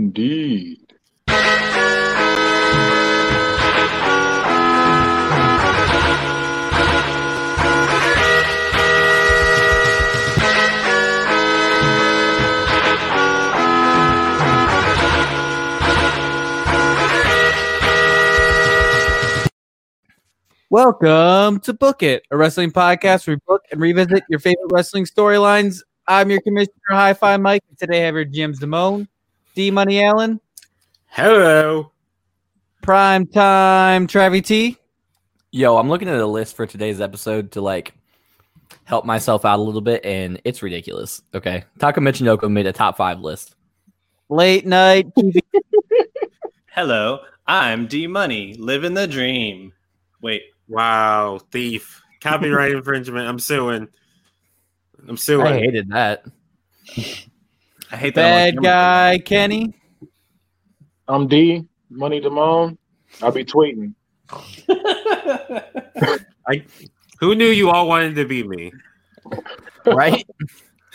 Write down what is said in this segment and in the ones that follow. Indeed. Welcome to Book It, a wrestling podcast where we book and revisit your favorite wrestling storylines. I'm your commissioner, Hi Fi Mike. And today I have your GMs Damone, D Money Allen, Hello. Prime Time Travie T. Yo, I'm looking at a list for today's episode to like help myself out a little bit, and it's ridiculous. Okay. Taka Michinoko made a top five list. Late night. Hello, I'm D Money, living the dream. Wait, Wow, thief. Copyright infringement. I'm suing. I'm suing. I hated that. I hate that. I'm Bad on camera. guy Kenny. I'm D, Money Damone. I'll be tweeting. Who knew you all wanted to be me? Right?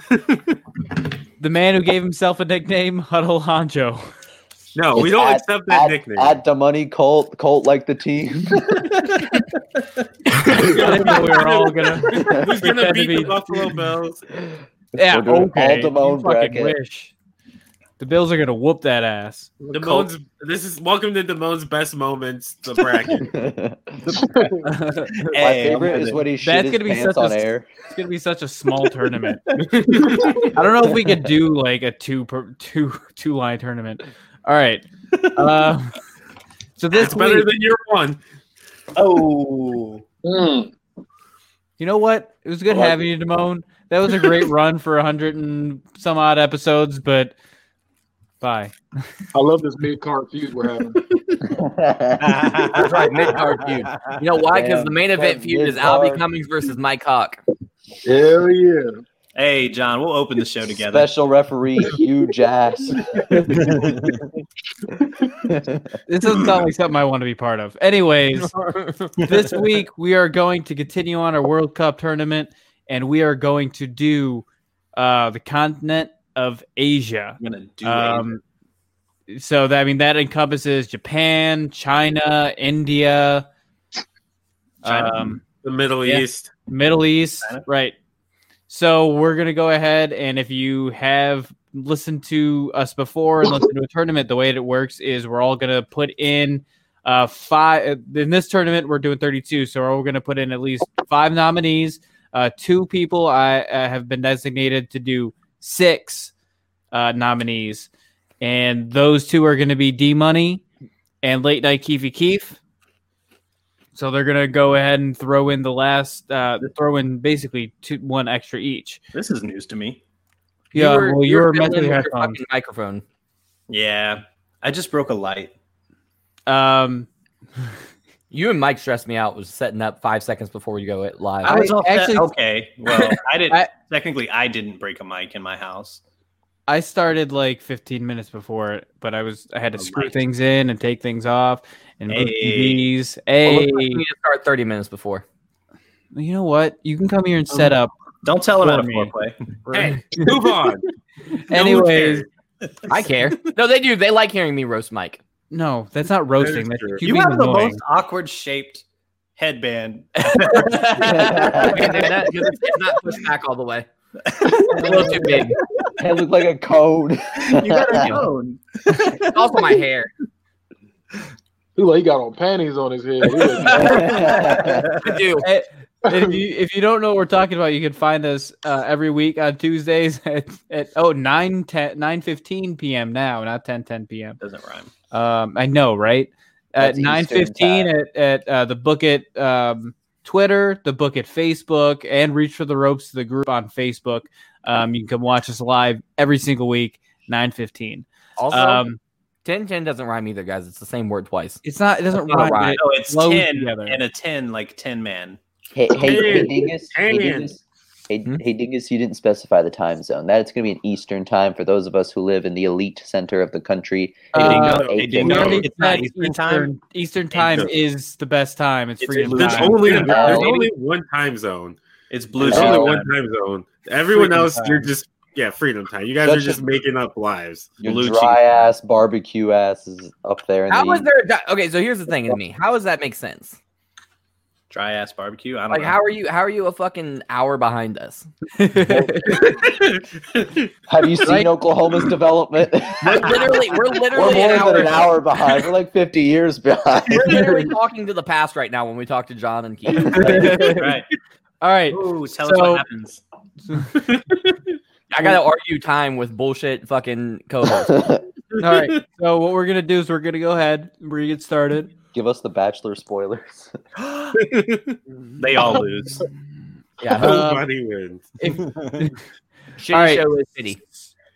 The man who gave himself a nickname, Huddle Hanjo. No, we It's don't at- accept that at- nickname. At the money, Colt. Colt like the team. I didn't know we were all gonna. Who's gonna pretend to beat the be- Buffalo Bills? Yeah, We're doing okay. all Damone You fucking bracket. wish. The Bills are gonna whoop that ass. Damone's, this is welcome to Damone's best moments. The bracket. My favorite is when he shit That's his gonna be such pants a on s- air. It's gonna be such a small tournament. I don't know if we could do like a two per two two line tournament. All right. Uh, so this it's better week, than your one. oh, you know what? It was good I like having you, Damone. That was a great run for a hundred and some odd episodes, but bye. I love this mid card feud we're having. That's right. Mid card feud. You know why? Because Damn, the main event that feud is mid-card. Albie Cummings versus Mike Hawk. Hell yeah. hey, John, we'll open the show together. Special referee huge ass. This doesn't sound like something I want to be part of. Anyways, this week we are going to continue on our World Cup tournament, and we are going to do uh, the continent of Asia. I'm gonna do Uh, it. Um, so that I mean that encompasses Japan, China, India, China. Um, The Middle Yeah. East. Middle East, China. right? So we're gonna go ahead and if you have listened to us before and listened to a tournament, the way that it works is we're all gonna put in uh five in this tournament we're doing 32 so we're all going to put in at least five nominees uh two people i uh, have been designated to do six uh nominees and those two are going to be d money and late night keefy keef so they're going to go ahead and throw in the last uh throw in basically two one extra each This is news to me. You yeah were- well you were you're mentally fiddling with your hackathon fucking microphone. Yeah, I just broke a light. um You and Mike stressed me out. Was setting up five seconds before you go it live. I I was all set- actually- okay. Well, I didn't. I- technically, I didn't break a mic in my house. I started like 15 minutes before it, but I was I had to Oh, screw nice. things in and take things off and move Hey. TVs. Well, Hey, looks like you need to start 30 minutes before. you know what? You can come here and set up. Don't tell him For out of me. foreplay. Hey, move on. Anyways, I care. No, they do. They like hearing me roast Mike. no, that's not roasting. That's true. you, you being have the annoying. most awkward shaped headband. Okay, then that- 'cause it's it's not pushed back all the way. It's a little too big. It looked like a cone. you got a cone. It's also my hair. He like he got on panties on his head. He was- I do. if you if you don't know what we're talking about, you can find us uh, every week on Tuesdays at, at oh 9 10, 9 15 p.m. now, not 10 10 p.m. Doesn't rhyme. Um, I know, right? At That's nine Eastern fifteen at at uh, the book it um, Twitter, the book at Facebook, and reach for the ropes to the group on Facebook. Um, you can come watch us live every single week, nine fifteen. Also, Um, 10 10 doesn't rhyme either, guys. It's the same word twice. it's not it doesn't That's not rhyme. a rhyme. but it- No, it's flows ten together. and a ten, like ten man. Hey, hey, hey, Hand. Dingus. Hey, Hand. Dingus. Hey, Hmm? hey, Dingus, you didn't specify the time zone. That it's going to be an Eastern time for those of us who live in the elite center of the country. Uh, Eight hey, Dingo. we Dingo. already it's not said Eastern time. Eastern time Dingo. is the best time. It's, It's freedom There's time. illusion. only Yeah. there's Uh, only one time zone. It's blue. There's Oh. only zone. one time zone. Everyone Freaking else, you're time. just yeah, freedom time. You guys Such are just a- making up lies. Your Blue dry ass barbecue ass is up there. In How the is there? A di- okay, so here's the thing to me. How does that make sense? Dry ass barbecue. I don't Like, know. how are you? How are you a fucking hour behind us? Have you seen Right. Oklahoma's development? We're literally, we're We're literally more an hour. than an hour behind. We're like 50 years behind. We're literally talking to the past right now when we talk to John and Keith. right. All right. Ooh, tell us So- what happens. I gotta argue time with bullshit fucking co-hosts. All right. So what we're gonna do is we're gonna go ahead. We're gonna get started. Give us the Bachelor spoilers. They all lose. Yeah, Nobody wins. shitty All right. show is shitty.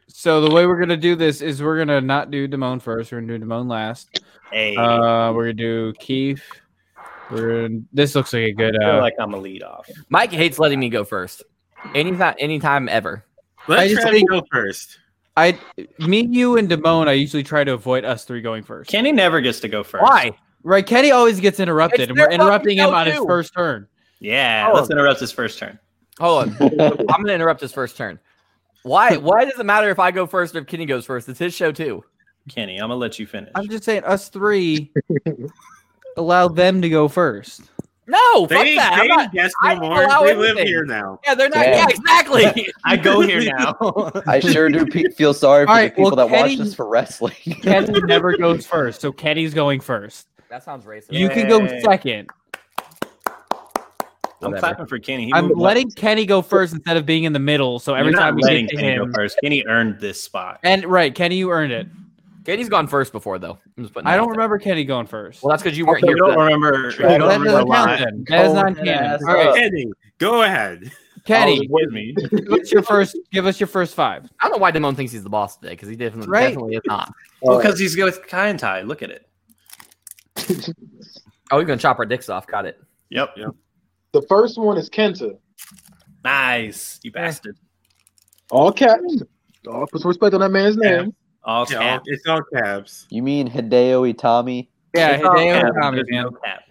So the way we're gonna do this is we're gonna not do Damone first. We're gonna do Damone last. Hey, Uh, we're gonna do Keith. We're gonna, this looks like a good. I feel Uh, like I'm a lead off. Mike hates letting me go first. Anytime, anytime ever. I Let just Travis think- go first. I, me, you, and Damone. I usually try to avoid us three going first. Kenny never gets to go first. Why? Right? Kenny always gets interrupted, It's and we're their fucking interrupting him show, on his too. first turn. Yeah, let's interrupt his first turn. Hold on. I'm gonna interrupt his first turn. Why? Why does it matter if I go first or if Kenny goes first? It's his show too. Kenny, I'm gonna let you finish. I'm just saying, us three allow them to go first. No, They fuck ain't, that. they I'm ain't not, guessed I no don't more. allow They live anything. here now. yeah, they're not. Damn. Yeah, exactly. I go here now. I sure do pe- feel sorry for All the right, people well, that watch Kenny- this for wrestling. Kenny never goes first, so Kenny's going first. That sounds racist. You can go Yay. second. I'm Whatever. clapping for Kenny. He I'm moved up. letting Kenny go first instead of being in the middle. So every You're not time we letting get to Kenny go him, first. Kenny earned this spot. and right, Kenny, you earned it. Kenny's gone first before though. I'm just putting I that don't out there. remember Kenny going first. Well, that's because you weren't You here. don't remember. You That don't doesn't remember a count lot. then. Oh, That is Cold not ass canon. All right, up. Kenny, go ahead. Kenny, With me. give us your first. Give us your first five. I don't know why Damone thinks he's the boss today because he definitely, Right. definitely is not. Well, because he's with kind tie. Look at it. Oh, you're gonna chop our dicks off. Got it. Yep. the first one is Kenta. Nice. You bastard. All caps. All, oh, put some respect on that man's Yeah. name. All It's all, cap. it's all caps. You mean Hideo Itami? Yeah, It's all Hideo cap. Itami, There's man. no cap.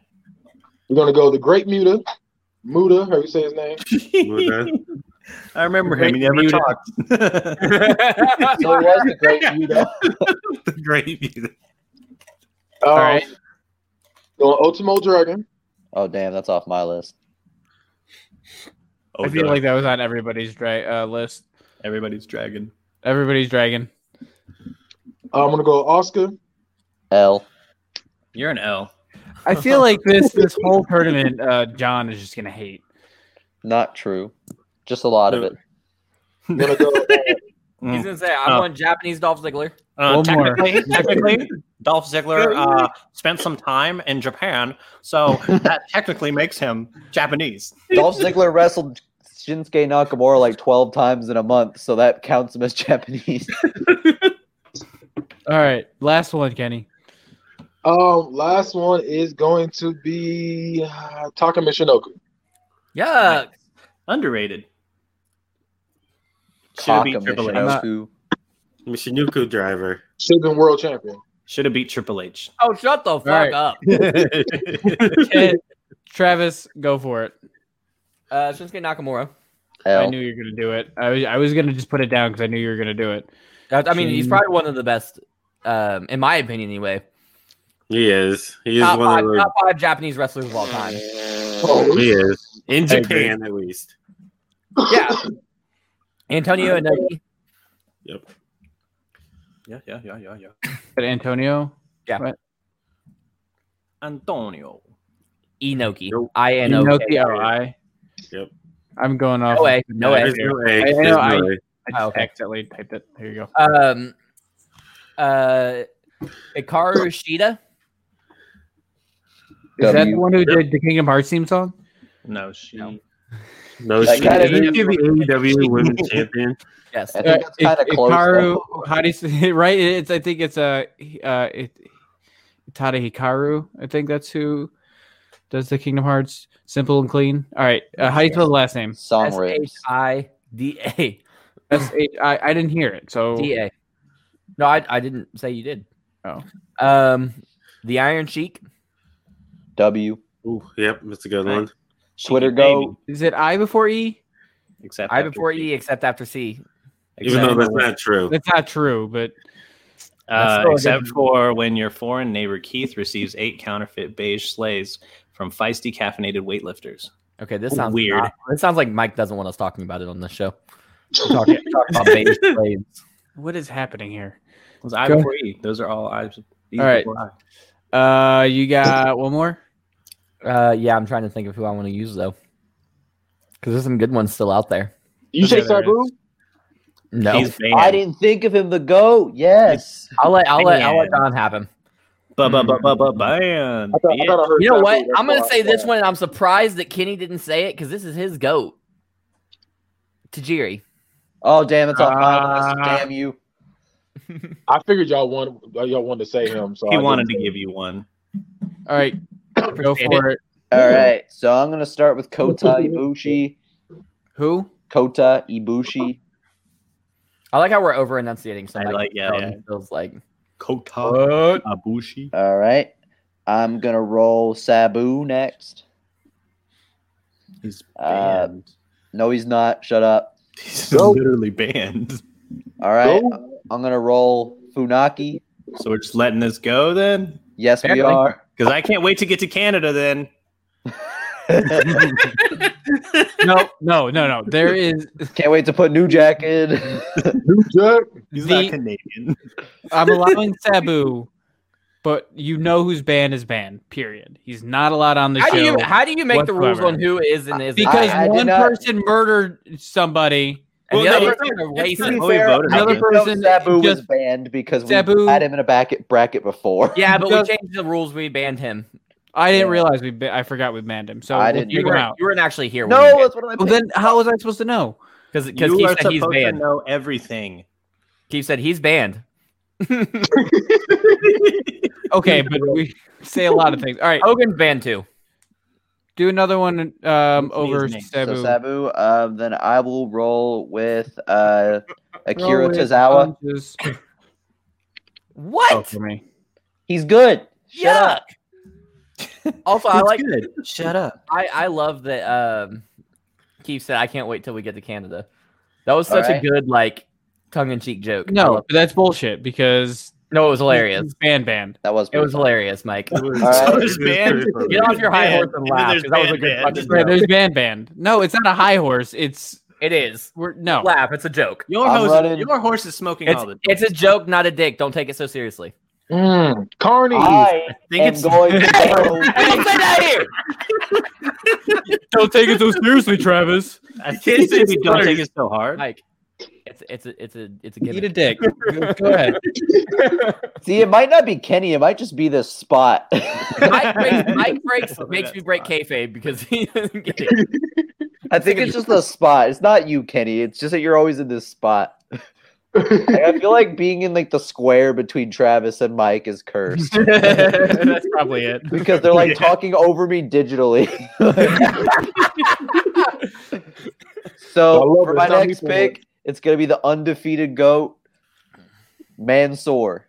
We're gonna go the Great Muta. Muda, how you say his name? I remember Great him. He never muted. talked. So it was the Great Muta. The Great Muta. All right. Um, Going Ultimo Dragon. Oh damn, that's off my list. Oh, I feel God. like that was on everybody's dra- uh, list. everybody's dragon. Everybody's dragon. Uh, I'm gonna go Oscar. L. You're an L. I feel like this this whole tournament, uh, John is just gonna hate. Not true. Just a lot of it. I'm gonna go. He's Mm. gonna say I'm Oh. on Japanese Dolph Ziggler. Uh, One more. technically, technically, Dolph Ziggler uh, spent some time in Japan, so that technically makes him Japanese. Dolph Ziggler wrestled Shinsuke Nakamura like 12 times in a month, so that counts him as Japanese. All right, last one, Kenny. um, last one is going to be uh, Taka Michinoku. Yeah, Underrated. Should have Cock beat him, Triple Michinoku. H. Michinoku driver. Should have been world champion. Should have beat Triple H. Oh, shut the fuck right. up. Ken- Travis, go for it. Uh, Shinsuke Nakamura. I L. knew you were gonna do it. I was, I was gonna just put it down because I knew you were gonna do it. I, I mean, he's Shin- probably one of the best, um, in my opinion, anyway. He is. He is Top one five, of top five Japanese wrestlers of all time. Oh, those. He is. In I agree. Japan, at least. Yeah. Antonio and Yep. Yeah, yeah, yeah, yeah, yeah. But Antonio, Antonio. Inoki. Nope. I N O Inoki, K. oh, I. Yep. I'm going off. No way. No way. There's no A. I There's know, no I- A. I just Oh, okay. accidentally typed it. There you go. Um, uh, Ikaru Shida. Is that the W. one who did the Kingdom Hearts theme song? No, she. No. No, That she kind of- isn't she the AEW E Women's Champion. Yes. I think that's kind of Ik- close. Uh, Hikaru, though. how do you say right? It's I think it's uh, he- uh it, Tada Hikaru. I think that's who does the Kingdom Hearts. Simple and clean. All right. Uh, how do you spell the last name? Song S H rips. I D A S H I. I didn't hear it. So D A. No, I, I didn't say you did. Oh. Um, the Iron Sheik. W. Ooh, yep, that's a good one. She Twitter can go. is it I before E? Except I after before she- E, except after C. even though that's not true. That's not true, but That's Uh, still a except good- for when your foreign neighbor Keith receives eight counterfeit beige sleighs from feisty caffeinated weightlifters. Okay, this sounds Weird. not- it sounds like Mike doesn't want us talking about it on this show. We're talking, we're talking about beige blades. what is happening here? Those I Go. before E. Those are all I's. E's All right. before I. Uh, you got one more. Uh, yeah, I'm trying to think of who I want to use though, because there's some good ones still out there. You say Yeah, there Sabu? No, He's banned. I didn't think of him the goat. Yes. I'll let I'll let I'll let banned. Don have him. Ba- ba- ba- ba- ba- banned. I thought, I thought I heard You know Sabu. what? That's I'm gonna why I say this thought. one. and I'm surprised that Kenny didn't say it because this is his goat. Tajiri. Oh damn, it's all finalist. Ah. Damn you. I figured y'all wanted y'all wanted to say him. So He I wanted to didn't say give you one. All right, go for it. All right. So I'm gonna start with Kota Ibushi. Who? Kota Ibushi. I like how we're over enunciating I something. like- yeah, yeah. feels like Kota What? Abushi. All right. I'm gonna roll Sabu next. He's Uh, banned. No, he's not. Shut up. He's go. literally banned. All right. Go. I'm gonna roll Funaki. So we're just letting this go then? Yes, we Apparently. are. Because I can't wait to get to Canada then. No, no, no, no. There is. Can't wait to put New Jack in. New Jack. He's The- not Canadian. I'm allowing Sabu, but you know whose band is banned. Period. He's not allowed on the how show. do you how do you make the rules whatsoever. on who is and isn't? because I- I did one not- person murdered somebody. and Well, the no, other person are that's To be racist. Oh, we fair, voted I on didn't it. know Another person Sabu was just- banned because Sabu- we had him in a bracket bracket before. Yeah, but we Because- changed the rules. We banned him. I didn't Yeah. realize we. Ba- I forgot we banned him. So we'll I didn't figure You him weren't, out. you weren't actually here. No, that's what I'm. Well, then how was I supposed to know? because because You Keith are said he's supposed to banned. know everything. Keith said he's banned. Okay, but we say a lot of things. All right, Hogan's banned too. do another one um, over name? Sabu. So Sabu, um, then I will roll with uh, Akira Roll it, Tozawa. um, just go What? for me. He's good. Shut up. Yuck. also, I It's like. good. Shut up. I I love that. Um, Keith said, "I can't wait till we get to Canada." That was All such right. a good like tongue in cheek joke. I No, love- but that's bullshit because no, it was hilarious. Band band. That was. It was pretty- hilarious, Mike. right. Just banned. Get off your high Banned. horse and And then laugh. there's 'cause That was a banned, good banned. fucking Just Yeah, joke. there's band band. No, it's not a high horse. It's It is. we're no. Laugh. It's a joke. Your, I'm hose, running- your horse is smoking It's all the it's a joke, not a dick. Don't take it so seriously. Mm, Carney. I am going to Hey, say that here. Don't take it so seriously, Travis. I think it's we don't worse. take it so hard. Mike. It's it's a it's a it's a Eat a gimmick. dick. Go ahead. go. See, it might not be Kenny. It might just be this spot. Mike breaks, Mike breaks Oh, makes that's me break fine. kayfabe because he doesn't get it. I think it's just the spot. It's not you, Kenny. It's just that you're always in this spot. Like, I feel like being in like the square between Travis and Mike is cursed That's probably it. because they're like talking over me digitally. I so love for it. my Tell me next for pick, it's gonna be the undefeated goat, Mansoor.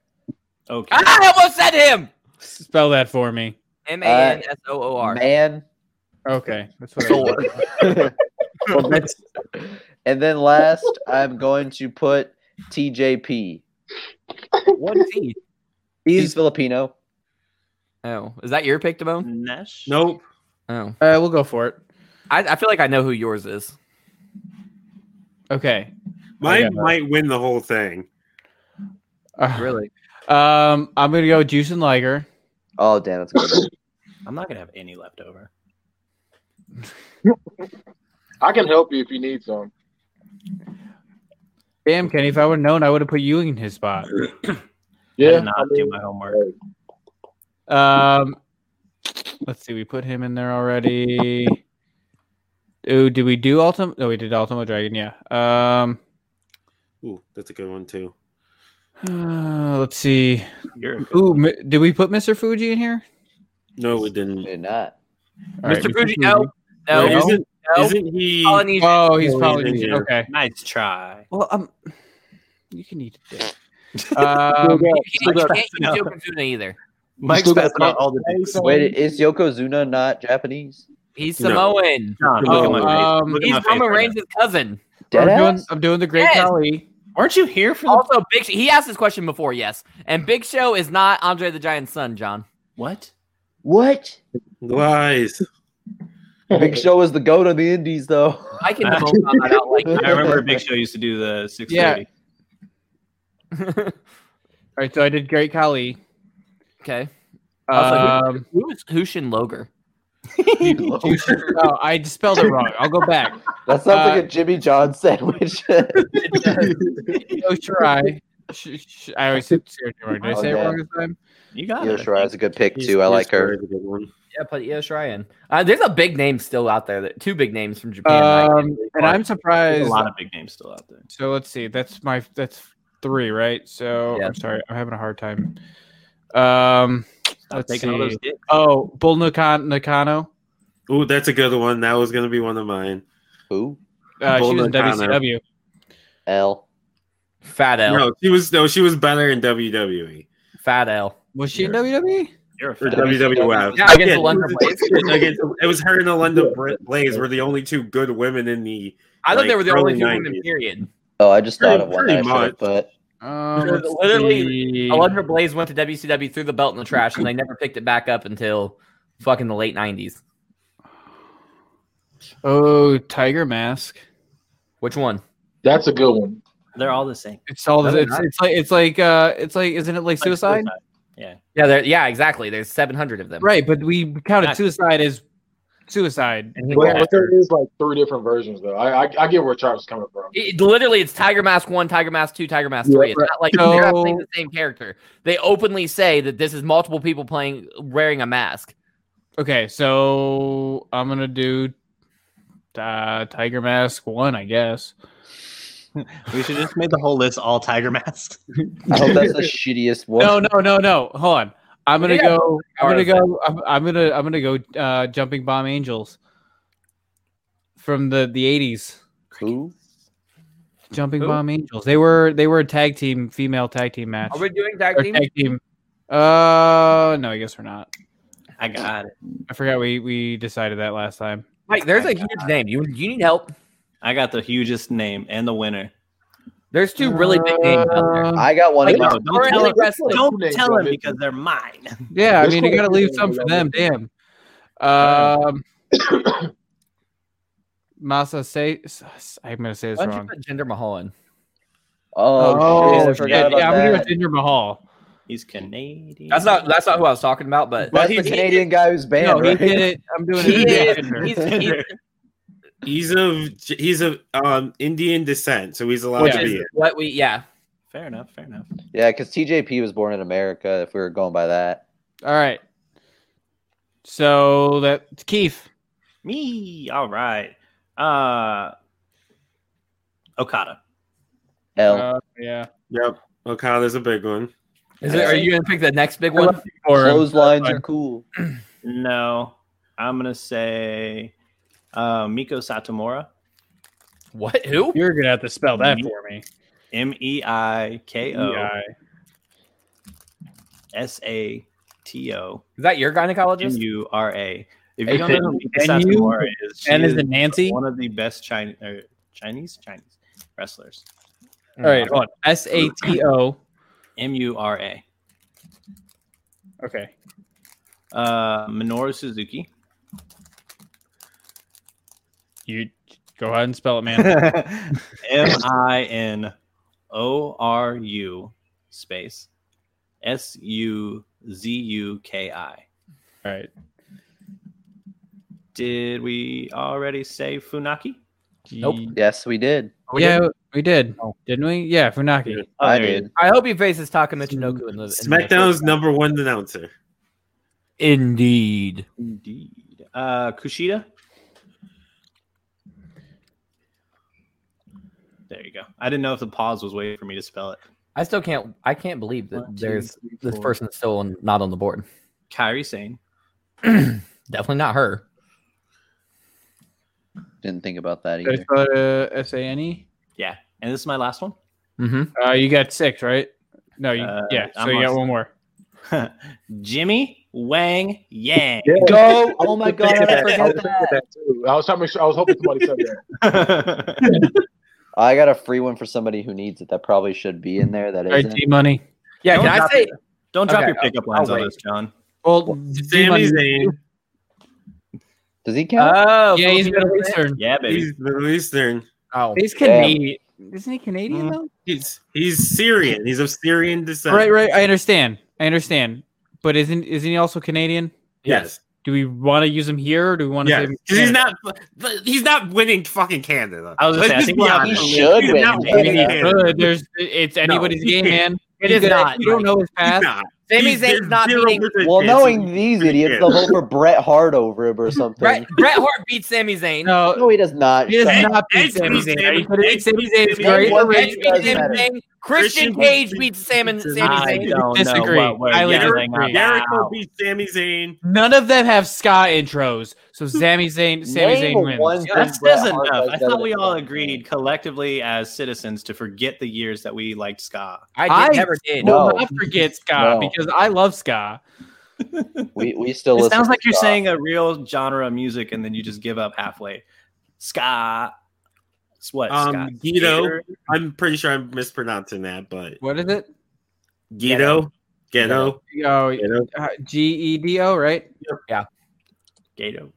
Okay. I almost said him. Spell that for me. M A N S O O R. Man. Okay. That's what I Sore. And then last, I'm going to put TJP. What is he? He's, Filipino. Oh, is that your pick, Damone? Nash? Nope. Oh, All right, Uh, we'll go for it. I, I feel like I know who yours is. Okay. Mine Yeah. might win the whole thing. Uh, Really? Um, I'm gonna go Juice and Liger. Oh damn, that's good. I'm not gonna have any left over. I can help you if you need some. Damn, Kenny, if I would have known, I would have put you in his spot. I Yeah. did not I mean, do my homework. Um, let's see. We put him in there already. Oh, did we do Ultimo? No, we did Ultimo Dragon. Yeah. Um, Ooh, that's a good one too. uh, let's see. You're a Ooh, m- did we put Mr. Fuji in here? No, we didn't. Did not. All right, Mr. Fuji, no. No, Wait, no, isn't, no. isn't he? Polynesian. Oh, he's No, probably he's in here. okay. nice try. Well, um, you can eat it. Um, You can't, you Look, can't no. use Yokozuna either. Mike's still got passing out all the Hey, dicks. son. Wait, is Yokozuna not Japanese? He's No. Samoan. John, Oh, look at my face. um, Look at He's my face Roman right Reigns' cousin. Dead I'm, doing, ass? I'm doing the Great Yes. Kali. Aren't you here for the Also, Big Sh- he asked this question before, yes. And Big Show is not Andre the Giant's son, John. what? What? Lies. Big Show is the goat of the Indies, though. I can vote on that out like I remember Big Show used to do the six thirty. All right, so I did Great Khali. Okay. Also, Um, who is Hushin Loger? oh, I spelled it wrong. I'll go back. That sounds Uh, like a Jimmy John sandwich. Yo Shirai. Oh, Sh- sh- I always said Sarah Jane wrong. Did I say it wrong this time? You got Io it. Shirai is a good pick too. I like her. Yeah, put Io Shirai in. Uh, there's a big name still out there. That, two big names from Japan. that I can't Um, really and I'm There's surprised. a lot of big names still out there. So let's see. That's my that's three, right? So Yeah. I'm sorry, I'm having a hard time. Um, Stop Let's taking all those see. dicks. oh, Bull Nakano. Nakano. Ooh, that's a good one. That was gonna be one of mine. Who? Uh, Bull she was in Nakano. WCW. L. Fat L. No, she was no, she was better in WWE Fat L. Was she in WWE? You're a or fat. WWF. Yeah, against Yeah, Linda it Blaze. was- against- it was her and Alinda Br- Blaze were the only two good women in the. I thought they Like, were the only early two women, 90s. period. Oh, I just thought Pretty- of one pretty that I much. should but Um, There's let's literally see. Alundra Blaze went to WCW, threw the belt in the trash, and they never picked it back up until fucking the late 90s. Oh, Tiger Mask. Which one? That's a good one. They're all the same. It's all. Really It's, it's like it's like uh, it's like isn't it like suicide? Yeah, there- yeah, exactly. There's 700 of them. Right, but we counted Nice. suicide as suicide. And he But, lost. but there is like three different versions though. I I, I get where Charles coming from. It- literally, it's Tiger Mask one, Tiger Mask two, Tiger Mask Yeah, three. It's right. not like they're not playing So- the same character. They openly say that this is multiple people playing wearing a mask. Okay, so I'm gonna do uh, Tiger Mask one, I guess. We should just make the whole list all tiger masks. I hope that's the shittiest one. No, no, no, no. Hold on. I'm gonna Yeah. go. I'm Or gonna is go. I'm, I'm gonna. I'm gonna go. Uh, Jumping Bomb Angels from the the 80s. Who? Jumping Who? Bomb Angels. They were they were a tag team, female tag team match. Are we doing tag Or team? tag team. Uh, no, I guess we're not. I got it. I forgot we we decided that last time. Mike, there's a huge name. You you need help. I got the hugest name and the winner. There's two really big names out there. Uh, I got one. Like, in my- no, don't tell him. Currently wrestling. Don't Names, tell bro, him bitch. because they're mine. Yeah, I There's mean, you quite a gotta few leave of some them for them. around Damn. Um, Masa say I'm gonna say this Why don't you wrong. put Jinder Mahal in? Oh, shit, I shit. forgot yeah, about I'm gonna go that. with Jinder Mahal. He's Canadian. That's not that's not who I was talking about, but That's he- the Canadian guy who's banned, no, right? he did it. I'm doing he it. is again. he's, he's, He's of he's of um Indian descent, so he's allowed which to be. is it. what we yeah. fair enough. Fair enough. Yeah, because TJP was born in America. If we were going by that, All right. So that's Keith. Me. All right. Uh, Okada. L. Uh, yeah. Yep. Okada's a big one. Is it, are you gonna pick the next big one? Or Clotheslines fine. are cool. No, I'm gonna say uh, Miko Satomura. What who? you're gonna have to spell that for me. E M E I K O Yeah. S A T O Is that your N gynecologist? U R A. If Hey, you don't know who Miko can you- Satomura is, she And is is it Nancy? All one of the best Chinese or Chinese Chinese wrestlers. right, hold on. S A T O. M U R A. Okay. Uh, Minoru Suzuki. You go ahead and spell it, man. M I N O R U space S U Z U K I. All right. Did we already say Funaki? Nope. Yes, we did. we Oh, yeah, we did, didn't we? Yeah, Funaki. Oh, I there he did. I hope he faces Taka Michinoku in the in the- SmackDown's number one announcer. Indeed. Indeed. Uh, Kushida. There you go. I didn't know if the pause was waiting for me to spell it. I still can't I can't believe that One, two, there's three, this four. person is still on, not on the board. Kyrie Sane. Definitely not her. Didn't think about that Did I either. spell it, uh, S A N E? And this is my last one. Mm-hmm. Uh, you got six, right? No, you, Uh, yeah. So I'm you on got six. one more. Jimmy Wang Yang. Go! Oh my god, I I was forgot thinking that. that too. I was trying to make sure. I was hoping somebody said that. I got a free one for somebody who needs it. That probably should be in there. That All right, isn't. D Money. Yeah, can I drop say- your- don't drop Okay, your pickup lines I'll on wait. us, John. Well, D Sami Money. Zayn. Does he Uh, count? Oh, Yeah, he's Middle Eastern. yeah, baby. He's Middle Eastern. Oh, He's Damn. Canadian. Isn't he Canadian Mm. though? He's he's Syrian. He's of Syrian descent. Right, right. I understand. I understand. But isn't isn't he also Canadian? Yes. Do we want to use him here, or do we want to? Yeah. save him 'Cause He's not. He's not winning fucking Canada. I was gonna Let's say, I just think be we'll have- honest. He should He's win not Canada. winning He Canada. Good. There's it's anybody's he game, can't. man. it You is gotta- not. You don't know his He's past. not. Sami He's- there's Zayn's not zero beating. percent well, chance knowing he- these he idiots, can. they'll vote for Bret Hart over him or something. Bret, Bret Hart beats Sami Zayn. No, No, he does not. He does Shut Edge- not beat Edge Sami beat Zayn. Are you Sami- kidding? Edge Sami beat Zayn is Sami great. Zayn. Rich- Edge beats Sami Doesn't matter. Zayn. Christian Christian Cage beats- beats Sam and beats- Sami I Zayn. don't Disagree. know. What, we're Highly gathering disagree. on Jericho now. beats Sami Zayn. None of them have ska intros, so Sami Zayn, Sami Name Zayn wins. one thing That Bret says Hart enough. does I better thought we than all Bret. agreed collectively as citizens to forget the years that we liked ska. I, I- did, never did. No. Will not forget ska No. because I love ska. We, we still. It listen sounds to like you're Scott. saying a real genre of music and then you just give up halfway. Ska. It's what? Um, ska? Guido. I'm pretty sure I'm mispronouncing that, but What is it? Guido, Ghetto, Oh, Ghetto. G E D O, right? Gato. Gato.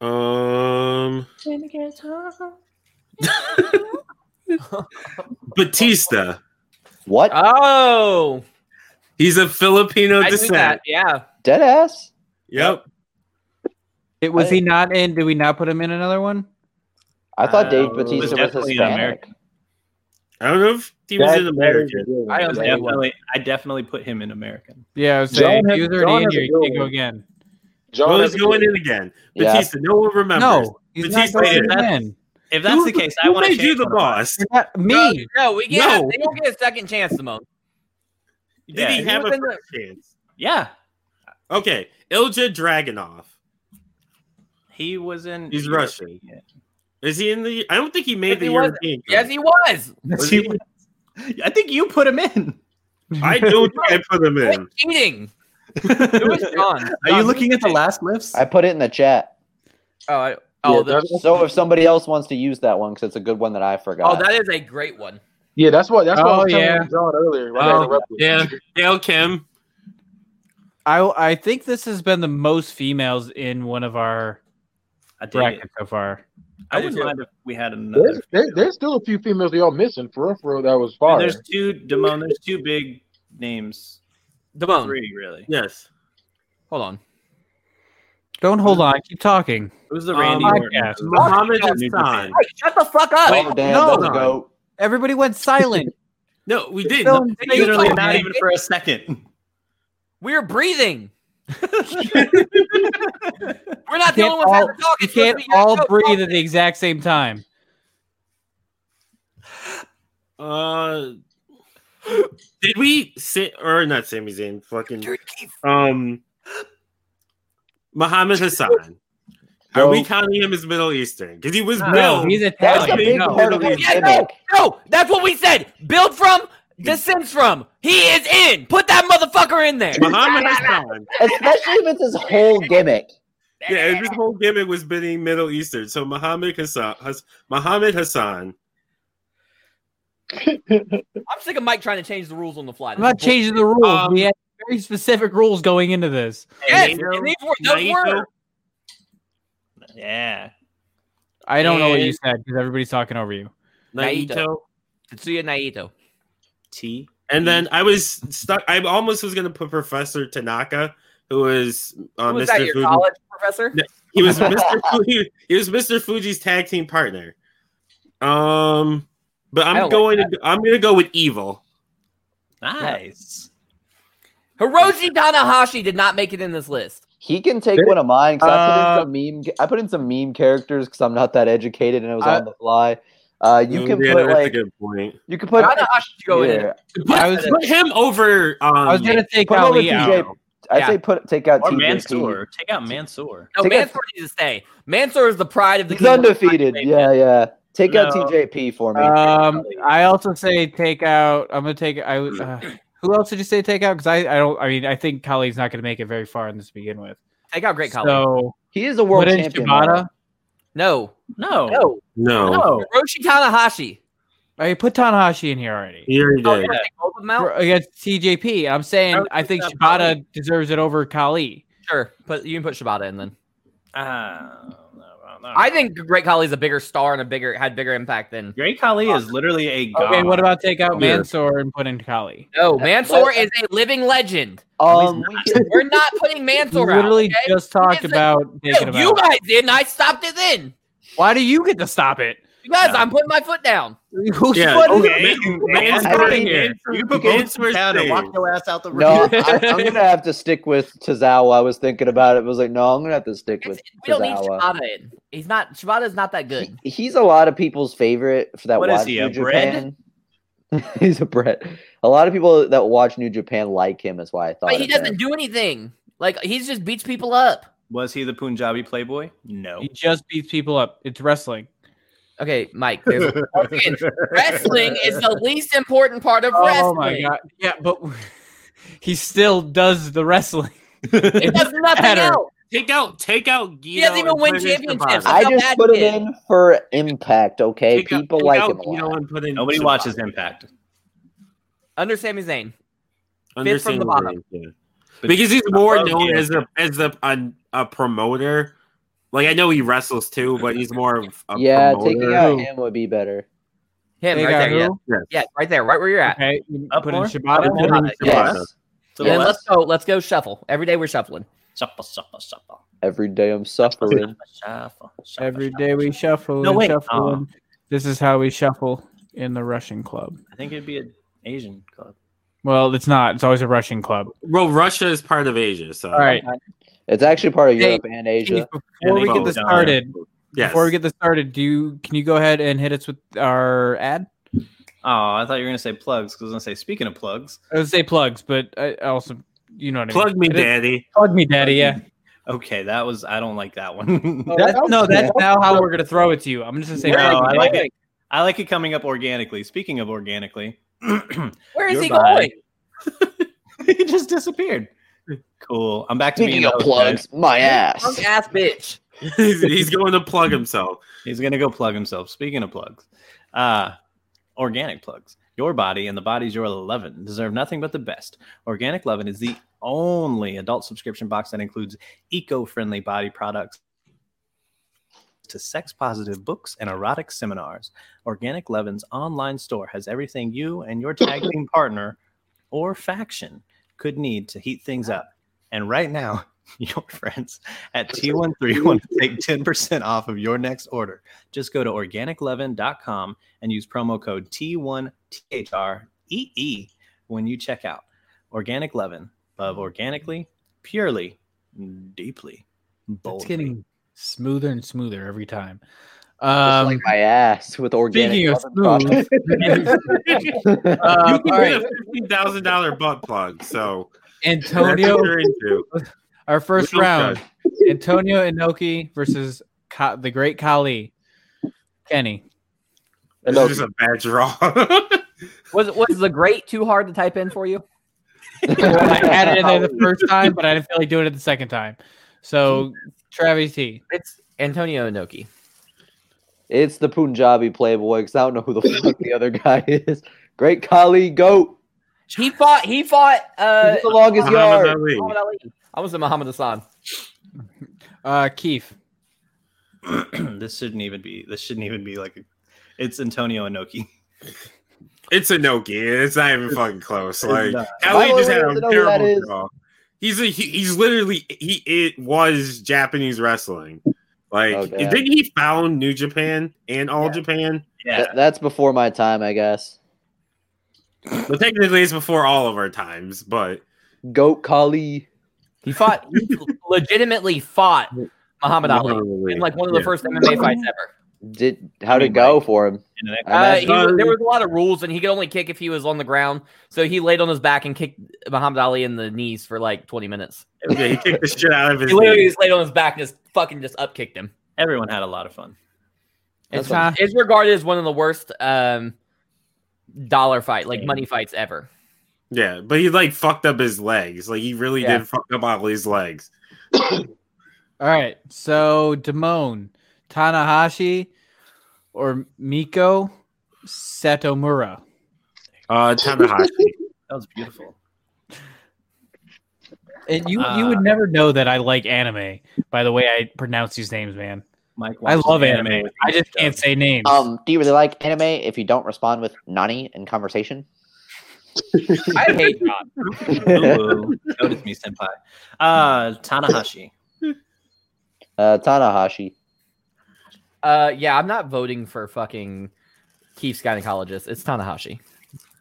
Um, Batista. what uh, Oh, He's of Filipino I knew descent. that. Yeah. dead ass? Yep. It, was he not in? Did we not put him in another one? I thought Uh, Dave it was Batista was, definitely an Hispanic. American. I don't know if he was That's an better American. than I don't Dave. know. Definitely, I definitely put him in American. Yeah, I was John saying has- you either an John has Indian a or you good can go one. again. John Well, has he's a going good- in again. Yeah. Batista. No one remembers. No, he's not Batista going did. again. If that's Who- the case, I who want to made you change the my mind. boss. Not me. No, we get. No. They don't get a second chance, Simone. Did Yeah, he he have a was in the- first chance? Yeah, Okay, Ilja Dragunov. he was in. He's Russian. Is he in the? I don't think he Yes, made the he was. European. Yes, group. he was. Was he- I think you put him in. I don't think I put him Quit in. cheating. It was Are John. you John, looking who at the did it? last list? I put it in the chat. Oh, I, oh, Yeah, the, that- So if somebody else wants to use that one, because it's a good one that I forgot. oh, that is a great one. Yeah, that's what. That's what Oh, I was telling yeah. John earlier. Why did I Oh, interrupt you? Yeah, Gail Kim. I I think this has been the most females in one of our I dig it. brackets so far. I I do wouldn't too. mind if we had another. There's, there, there's still a few females we all missing for real, for real, that was And far. there's two Damone. There's two big names. Damone, Three really. Yes. hold on. Don't hold on. Keep talking. Who's the Um, Randy podcast. Orton? Muhammad New Hassan. Japan. Hey, shut the fuck up. oh, damn, no. that's a goat. Everybody went silent. No, we did. Don't not think Literally so, not man. even for a second. we are breathing. We're not the Can't only ones all- having to talk. You It's supposed to can't be your all show. breathe at the exact same time. Uh, did we sit or not? Sami Zayn, fucking um, Muhammad Hassan. Are we Nope. counting him as Middle Eastern? Because he was No, no. he's That's Italian. a big No. part of his Yeah, gimmick. No, that's what we said. Build from, descends from. He is in. Put that motherfucker in there. Muhammad Hassan. Especially if it's his whole gimmick. Yeah, his whole gimmick was being Middle Eastern. So Muhammad Hassan, Has, Muhammad Hassan. I'm sick of Mike trying to change the rules on the fly. I'm not changing the rules. Um, we had very specific rules going into this. Yes, Naito- and these were, those Naito- were. Yeah. I don't know what you and- said because everybody's talking over you. Naito. Tetsuya Naito. T. And then I was stuck. I almost was going to put Professor Tanaka, who is uh, Who was Mr. that, your Fuji. college professor? No. He was Mr. Fuji, he was Mr. Fuji's tag team partner. Um, but I don't I'm like going. to, I'm going to go with Evil. Nice. Hiroshi Tanahashi did not make it in this list. He can take one of mine because I put in some meme. I put in some meme characters because I'm not that educated and it was I- on the fly. Uh, you Mm, can yeah, put that's like a good point. you can put Tanahashi should go in. Yeah. Put, I was- put him over. Um, I was gonna take Put over Ali TJ. out. I Yeah. say put take out Or TJP. Mansoor. Take out Mansoor. No, Take a- Mansoor needs to stay. Mansoor is the pride of the He's undefeated. Yeah, yeah. Take out No. TJP for me. Um, I also say take out. I'm gonna take. I uh, who else did you say take out? Because I, I don't. I mean, I think Kali's not gonna make it very far in this to begin with. Take out great college. So he is a world put in champion. Shibata. No, No. Oh, no. No, No. Hiroshi Tanahashi. All right, put Tanahashi in here already. he already Oh, did. yeah, both of them For- out? against TJP. I'm saying would I think think Shibata deserves it over Kali. Sure, but you can put Shibata in then. Ah, no, no. I think Great Khali's a bigger star and a bigger had bigger impact than. Great Khali is literally a god. Okay, what about take out Here. Mansoor and put in Kali? No, Mansoor is a living legend. Um, we can, We're not putting Mansoor Literally out. okay? just talked It's a- about taking him No, you out. guys did, and I stopped it then. Why do you get to stop it? You guys, No. I'm putting my foot down. Who's Yeah, putting okay. it? Man's I running think- here. You put Both Man's first down and thing. walk your ass out the room. no, I, I'm gonna have to stick with Tozawa. I was thinking about it. I was like, no, I'm gonna have to stick It's- with we don't need Tozawa. Shibata in. He's not. Shibata's not that good. He- He's a lot of people's favorite for that What is watch he, New a Japan. He's a Brit. A lot of people that watch New Japan like him. Is why I thought. But he of him. doesn't do anything. Like he's just beats people up. Was he the Punjabi playboy? No. He just beats people up. It's wrestling. Okay, Mike. There's, once again, wrestling is the least important part of wrestling. Oh my god. Yeah, but he still does the wrestling. He It does doesn't nothing matter. else. Take out, take out. Guido He doesn't even and win put in championships. Shibata. I how just bad put he him is. in for impact. Okay, Take out- people take like out him a Guido lot. and put in Nobody Shibata. watches Impact. Under Sami Zayn. Under Fifth from the Sami bottom. Zayn, yeah. Because he's more above known Guido. as a as the a, a promoter. Like I know he wrestles too, but he's more of a Yeah, promoter. taking out Who? him would be better. Him They right got there. Yeah. who? yeah, right there, right where you're at. Okay, you Up put more? in Shibata. Shibata, Shibata. To Yes. And the then left. let's go. Let's go shuffle. Every day we're shuffling. Shuffle, shuffle, shuffle. Every day I'm suffering. Shuffle, shuffle, Every shuffle, day we shuffle. shuffle. No, and wait, shuffle uh, and this is how we shuffle in the Russian club. I think it'd be an Asian club. Well, it's not. It's always a Russian club. Well, Russia is part of Asia, so All right. It's actually part of Hey, Europe and Asia. Before we get this started, Yes. before we get this started, do you can you go ahead and hit us with our ad? Oh, I thought you were gonna say plugs. 'cause I was gonna say, speaking of plugs, I would say plugs, but I I also you know what I plug mean. Hit me, it- daddy. Plug me, daddy. Yeah. okay, that was I don't like that one. That's, no, that's now how we're gonna throw it to you. I'm just gonna say. Oh, No, plug me, I daddy. like it. I like it coming up organically. Speaking of organically, Where is You're he bad. going? he just disappeared. Cool. I'm back to being Speaking the of host, guys. plugs, my Drunk ass. ass bitch. he's, he's going to plug himself. He's gonna go plug himself. Speaking of plugs, uh, organic plugs. Your body and the bodies you're loving deserve nothing but the best. Organic Lovin' is the only adult subscription box that includes eco-friendly body products to sex-positive books and erotic seminars. Organic Lovin's online store has everything you and your tag team partner or faction could need to heat things up. And right now, your friends at T13 want to take 10% off of your next order. Just go to organicleaven.com and use promo code T1THREE E when you check out. Organic Leaven, love organically, purely, deeply, It's boldly. getting smoother and smoother every time. Just Um, like my ass with organic. speaking of loving smooth, product. uh, all you can get right, a fifteen thousand dollar butt plug. So that's what Antonio, you're into. our first We don't round, Antonio Inoki versus Ka- the Great Kali. Kenny, This No. is a bad draw. Was was the great too hard to type in for you? I had it in there the first time, but I didn't feel like doing it the second time. So, Travis T. It's Antonio Inoki. It's the Punjabi Playboy because I don't know who the fuck the other guy is. Great Kali Goat. He fought. He fought. Uh, He's the longest Muhammad yard. Ali. Muhammad Ali. I was the Muhammad Hassan. Uh, Keith. this shouldn't even be, this shouldn't even be like, a, it's Antonio Inoki. It's a Nokia. It's not even fucking close. Like not. Ali Why would just had we a know who that terrible is? draw. He's a he, he's literally he it was Japanese wrestling. Like Oh, damn. didn't he found New Japan and All Japan? Yeah. Th- that's before my time, I guess. Well, technically it's before all of our times, but Goat Kali. He fought. he legitimately fought Muhammad Ali in like one of the Yeah. first MMA fights ever. Did how did Anyway. it go for him? And that- I Uh, imagine- he was- there was a lot of rules, and he could only kick if he was on the ground. So he laid on his back and kicked Muhammad Ali in the knees for like 20 minutes. yeah, he kicked the shit out of his He literally knee. just laid on his back and just fucking just up kicked him. everyone had a lot of fun. That's It's, fine. it's regarded as one of the worst um, dollar fight, like money fights ever. Yeah, but he like fucked up his legs. Like he really Yeah. did fuck up Ali's legs. All right. So, Damone, Tanahashi, or Miko Satomura? Uh, Tanahashi. That was beautiful. And you you would never know that I like anime by the way I pronounce these names, man. Mike, I watched love the anime. I just can't say names. Um, do you really like anime if you don't respond with nani in conversation? I hate God. Ooh, notice me, senpai. Uh, Tanahashi. Uh, Tanahashi. Uh, yeah, I'm not voting for fucking Keith's gynecologist. It's Tanahashi.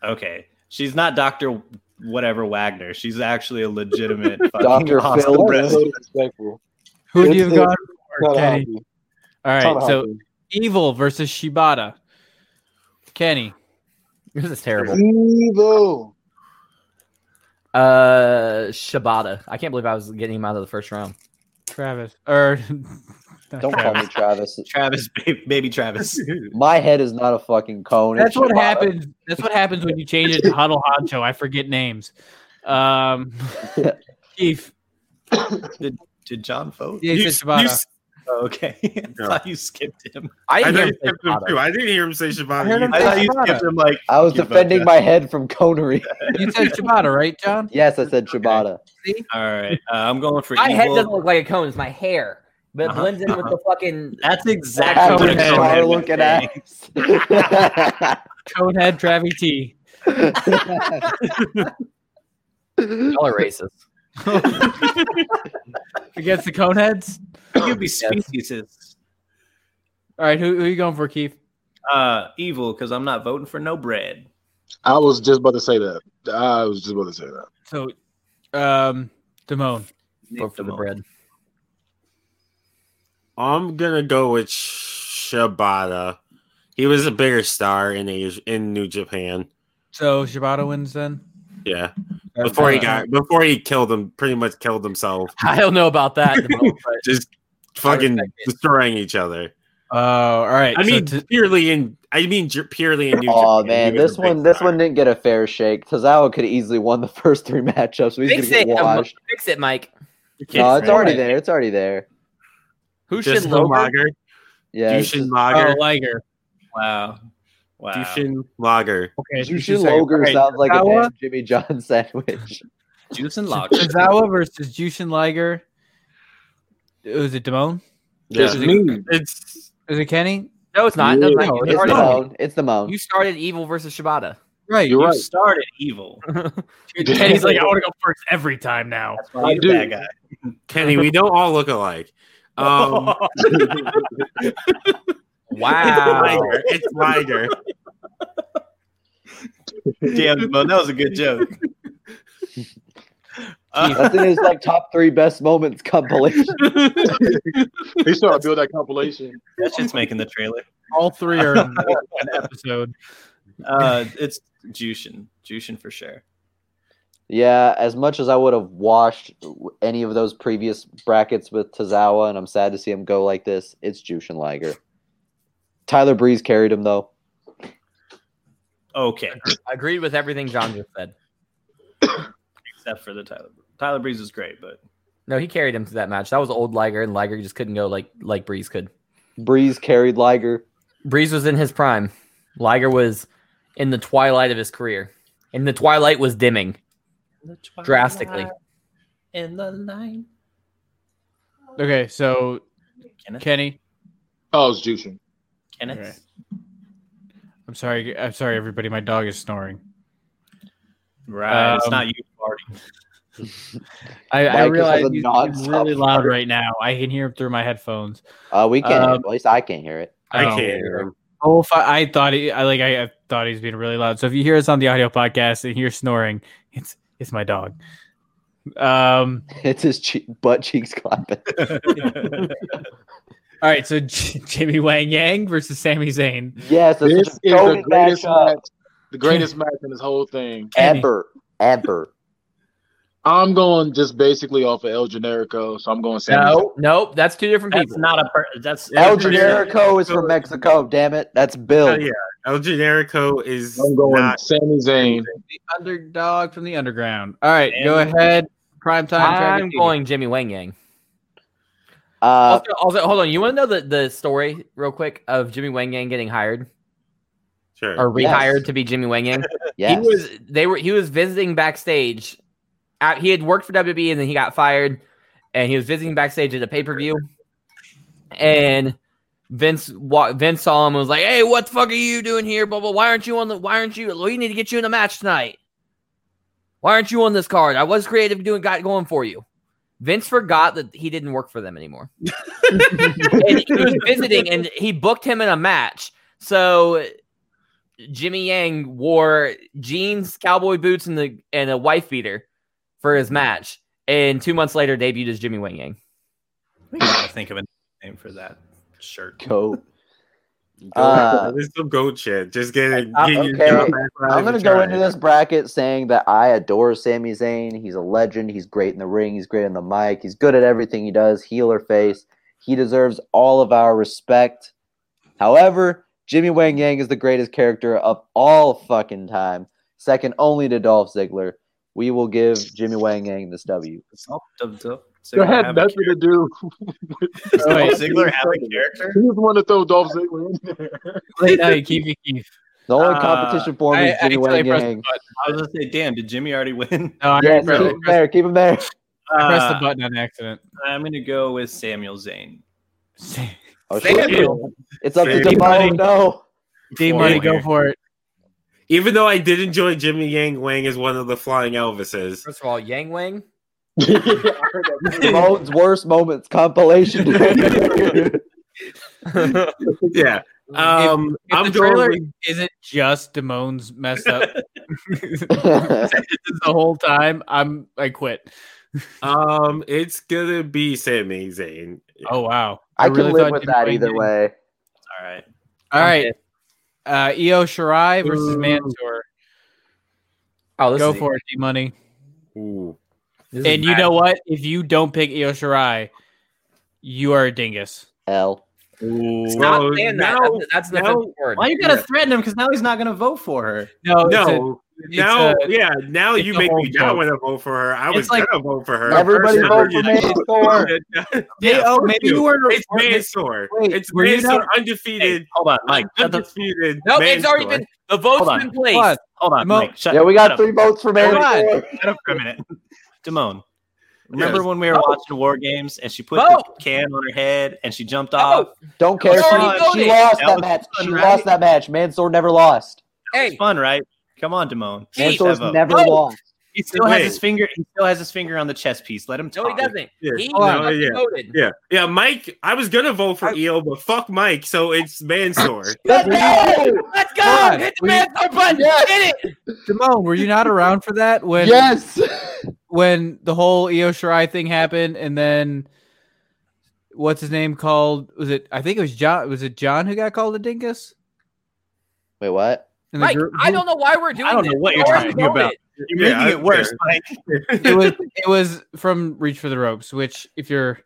Okay, she's not Doctor whatever Wagner. She's actually a legitimate fucking Dr. hospital Phil. nurse. So disrespectful. Who do It's- you've it's gone for, Kenny? Tanahashi. All right, so Tanahashi. Evil versus Shibata. Kenny, This is terrible. Evil. Uh, Shibata. I can't believe I was getting him out of the first round. Travis, or not Don't call me Travis. Travis, baby, baby Travis. My head is not a fucking cone. That's It's what Shibata. happens. That's what happens when you change it to Huddle Honcho. I forget names. Um, Keith, Did John vote? yeah, he said Shibata. s- Oh, okay, I No. thought you skipped him. I I didn't know hear him say you skipped him Shibata. too. I didn't hear him say heard Shibata. him I either. thought you skipped him like I was you voted. defending my head from conery. you said Shibata, right, John? Yes, I said Shibata. All right, uh, I'm going for My head evil. doesn't look like a cone. It's my hair, but it Uh-huh, blends in with the fucking. That's That's exactly what what Okay. Sean Shibata had looking been saying. at. Conehead, Travis T. Y'all are racist. Against the Coneheads? You could be species. All right, who, who you going for, Keith? Uh, evil because I'm not voting for no bread. I was just about to say that. I was just about to say that. So, um, Damone. Vote for the bread. I'm gonna go with Shibata. He was a bigger star in Asia, in New Japan. So Shibata wins then. Yeah, before he got before he killed him, pretty much killed himself, I don't know about that. at the moment, but just fucking respect it. destroying each other. Oh, all right. I so mean, to- purely in I mean ju- purely in New Japan. oh he man, was this a big one this star. one didn't get a fair shake. Tozawa could have easily won the first three matchups. But fix he's gonna it, get washed. fix it, Mike. No, it's Right. already there. It's already there. Who should Just Logan? Lager, Yeah, it's Jushin just- oh, Lager, Liger. Wow, wow. Jushin Lager. Okay, Jushin two seconds. Loger All right, sounds like a Tozawa? damn Jimmy John sandwich. Juice and lager. Tozawa versus Jushin Liger. Was it Damone? Yeah. Just- It's Is it Kenny? No, it's not. No, it's not. No, it's You It's the started- not. moan. It's the moan. You started evil versus Shibata. Right. You're You right. started evil. Kenny's like, I want to go first every time now. I Oh, You're do. that guy. Kenny. We don't all look alike. Um, Wow. Liger. It's Liger. Damn, well, that was a good joke. Uh, That's in his like top three best moments compilation. He started to build that compilation. that shit's making the trailer. All three are in one episode. Uh, it's Jushin. Jushin for sure. Yeah, as much as I would have washed any of those previous brackets with Tozawa, and I'm sad to see him go like this, it's Jushin Liger. Tyler Breeze carried him though. Okay, Agreed with everything John just said. except for the Tyler. Tyler Breeze is great, but No, he carried him to that match. That was old Liger, and Liger just couldn't go like like Breeze could. Breeze carried Liger. Breeze was in his prime. Liger was in the twilight of his career, and the twilight was dimming drastically. in the line. Okay, so Kenneth? Kenny, Oh, it's Jushin. Kenneth? Okay. I'm sorry. I'm sorry, everybody. My dog is snoring. Right, it's Um, not you, Marty. I, I Mike is realize having he's, he's nonstop really loud fart. right now. I can hear him through my headphones. Uh, we can't. hear Um, it. At least I can't hear it. I Oh. can't. hear him. Oh, if I, I thought he, I like I, I thought he's being really loud. So if you hear us on the audio podcast and you're snoring, it's it's my dog. Um. It's his che- butt cheeks clapping. All right. So J- Jimmy Wang Yang versus Sami Zayn. Yes, this, This is is the greatest match. The greatest match in this whole thing. Kenny. ever, ever. I'm going just basically off of El Generico, so I'm going Sami. Zayn. No, nope, that's two different That's people. not a per- that's El that's- Generico is from Mexico. Damn it, that's Bill. Oh, yeah, El Generico is I'm going not Sami Zayn. The underdog from the underground. All right. Go And- ahead. Prime time. Travis I'm T. going Jimmy Wang Yang. Uh, also, also, hold on. You want to know the, the story real quick of Jimmy Wangang getting hired Sure. or Yes. rehired to be Jimmy Wangang? yes. He was they were he was visiting backstage. Out, he had worked for WWE and then he got fired, and he was visiting backstage at a pay per view. And Vince wa- Vince saw him and was like, "Hey, what the fuck are you doing here? Blah blah. Why aren't you on the? Why aren't you? We need to get you in a match tonight. Why aren't you on this card? I was creative doing got going for you." Vince forgot that he didn't work for them anymore. and he was visiting and he booked him in a match. So Jimmy Yang wore jeans, cowboy boots, and the and a wife beater for his match. And two months later, debuted as Jimmy Wang Yang. We gotta think of a name for that shirt. Coat. Uh, this is some goat shit. Just get it. Uh, get your- okay. get my back right I'm gonna to go try into it. this bracket saying that I adore Sami Zayn. He's a legend. He's great in the ring. He's great on the mic. He's good at everything he does. Heel or face, he deserves all of our respect. However, Jimmy Wang Yang is the greatest character of all fucking time, second only to Dolph Ziggler. We will give Jimmy Wang Yang this W. That Ziggler had have a nothing to do. character? Oh, wait. Does Ziggler have a character? He was the one to throw Dolph Ziggler in there. Late night, Keefe Keefe. The only Uh, competition for me I is Jimmy accidentally Wang pressed Yang. the button. I was gonna say, damn, did Jimmy already win? No, I Yes, pressed- keep him there. Keep him there. I pressed Uh, the button on accident. I'm gonna go with Samuel Zane. Oh, shit. It's up to Sami. Demo. No. D Four money, here. go for it. Even though I did enjoy Jimmy Yang Wang as one of the flying Elvises. First of all, Yang Wang. Ramon's worst moments compilation. Yeah. Um, If I'm the trailer going. isn't just Damone's mess up the whole time, I'm I quit. with- Um, it's gonna be Sami Zayn. Oh wow, I, can really live thought with Jimmy that Wang either did. way. All right. All right, uh, Io Shirai versus Ooh. Mansoor. Oh, this Go is, for it, D Money. Ooh. This And you know what? If you don't pick Io Shirai, you are a dingus. L. It's not So saying that. now- That's, that's an now- offensive word. Why you gotta threaten him? Because now he's not gonna vote for her. No, it's a- no, it's now, a- yeah, now it's you a make whole me not joke. want to vote for her. I It's was like- gonna vote for her. Everybody First vote for time you- Mansoor. Yeah, oh, fuck maybe you. you were. It's or maybe- Mansoor. wait, It's were you Mansoor undefeated. Hold on, Mike. Shut the, Undefeated. No, it's already Mansoor. been the vote's Hold on. been placed. Plus, hold on, Mo- Mike. Shut, Yeah, we shut got up. three votes for Hold on. Mansoor. Shut up for a minute. Damone, remember Yes. when we were Oh. watching War Games and she put Vote. the can on her head and she jumped off? Oh, Don't care. She, It's already she voted. lost That that was match. fun, She right? lost that match. Mansoor never lost. It's hey, fun, right? Come on, Damone. Hey, Mansoor's Devo. never Vote. lost. He still has Wait. his finger. He still has his finger on the chess piece. Let him talk. no, he doesn't. Yeah. He Hold on. fucking Yeah. voted. Yeah, yeah, Mike. I was gonna vote for EO, but fuck Mike. So it's Mansoor. Let's go! Let's go! Come on. Hit the We- Mansoor button. Yes. Hit it. Damone, were you not around for that when Yes. when the whole Io Shirai thing happened, and then what's his name called? Was it? I think it was John. Was it John who got called a dingus? Wait, what? And the Mike, group- I don't know why we're doing. I don't know this. what We you're already talking about. voted. You're making Yeah, it worse, okay. Mike. It was it was from Reach for the Ropes, which if you're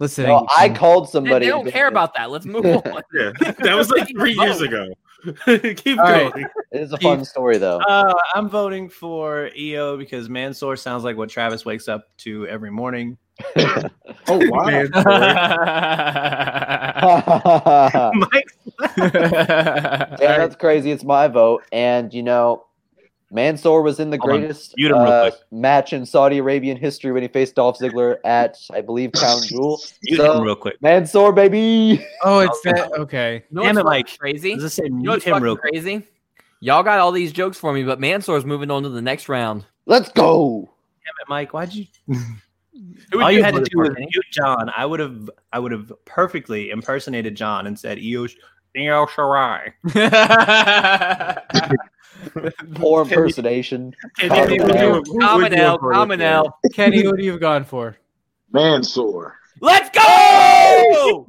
listening, No, I called They- somebody. They don't care about that. Let's move on. Yeah, that was like three years ago. Keep All going. right. It is a fun story, though. Uh, I'm voting for EO because Mansoor sounds like what Travis wakes up to every morning. Oh wow! Mansoor. yeah, Mike, that's crazy. It's my vote. And, you know, Mansoor was in the Hold on. greatest Mute him real uh, quick. match in Saudi Arabian history when he faced Dolph Ziggler at, I believe, Crown Jewel. you So- him real quick. Mansoor, baby. oh, it's that okay. You know Damn it, what's Mike. fucking Crazy. Does it say You know mute what's him fucking real quick? crazy? Y'all got all these jokes for me, but Mansoor's moving on to the next round. Let's go. Damn it, Mike. Why'd you? Who would All you had to vote do for, was Kenny? mute John. I would have. I would have perfectly impersonated John and said EO. Sh- EO Shirai. Poor impersonation. And then they would do it. Who would Common do it L, for us? common L. Kenny, who do you have gone for? Mansoor. Let's go!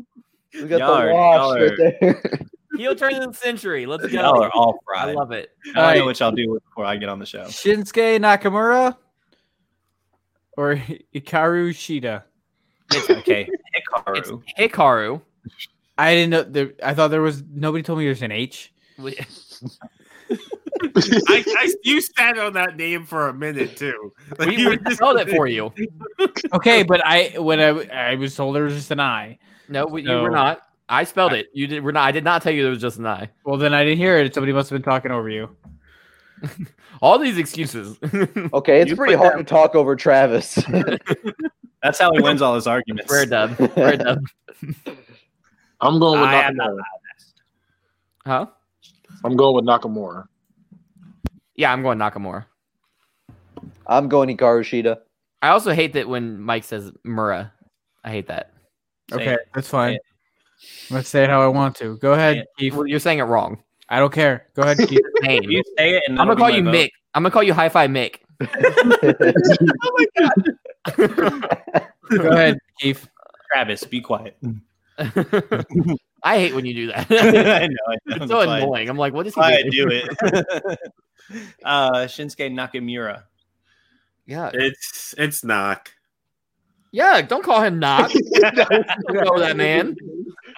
We got Yar, the wash yar. right there. Heel turn of the century. Let's Y'all go. are all I fried. love it. Now I know Alright. what y'all do before I get on the show. Shinsuke Nakamura or Hikaru Shida? Okay, It's Hikaru. Hikaru. I didn't know. There, I thought there was nobody told me there's an H. We- I, I, you sat on that name for a minute too. Like We, you we were just- spelled it for you. Okay, but I when I I was told there was just an I. No, we, you So- were not. I spelled it. You did. We're not. I did not tell you there was just an I. Well, then I didn't hear it. Somebody must have been talking over you. All these excuses. Okay, it's You pretty put hard to talk over Travis. That's how he wins all his arguments. Rare dub. Rare dub. I'm going with I am Nakamura. Huh? I'm going with Nakamura. Yeah, I'm going Nakamura. I'm going Hikaru Shida. I also hate that when Mike says Mura. I hate that. Say okay, that's fine. it. Let's say it how I want to. Go ahead, Keith. Well, You're saying it wrong. I don't care. Go ahead, Keith. Name. You say it, and I'm that'll gonna be call my you vote. Mick. I'm gonna call you Hi Fi Mick. Go ahead, Keith. Travis. Be quiet. I hate when you do I know. that. I know. it's That's so why- annoying. I'm like, what is that's why I he do it. uh, Shinsuke Nakamura. Yeah. It's it's knock. Yeah. Don't call him not. don't know that man.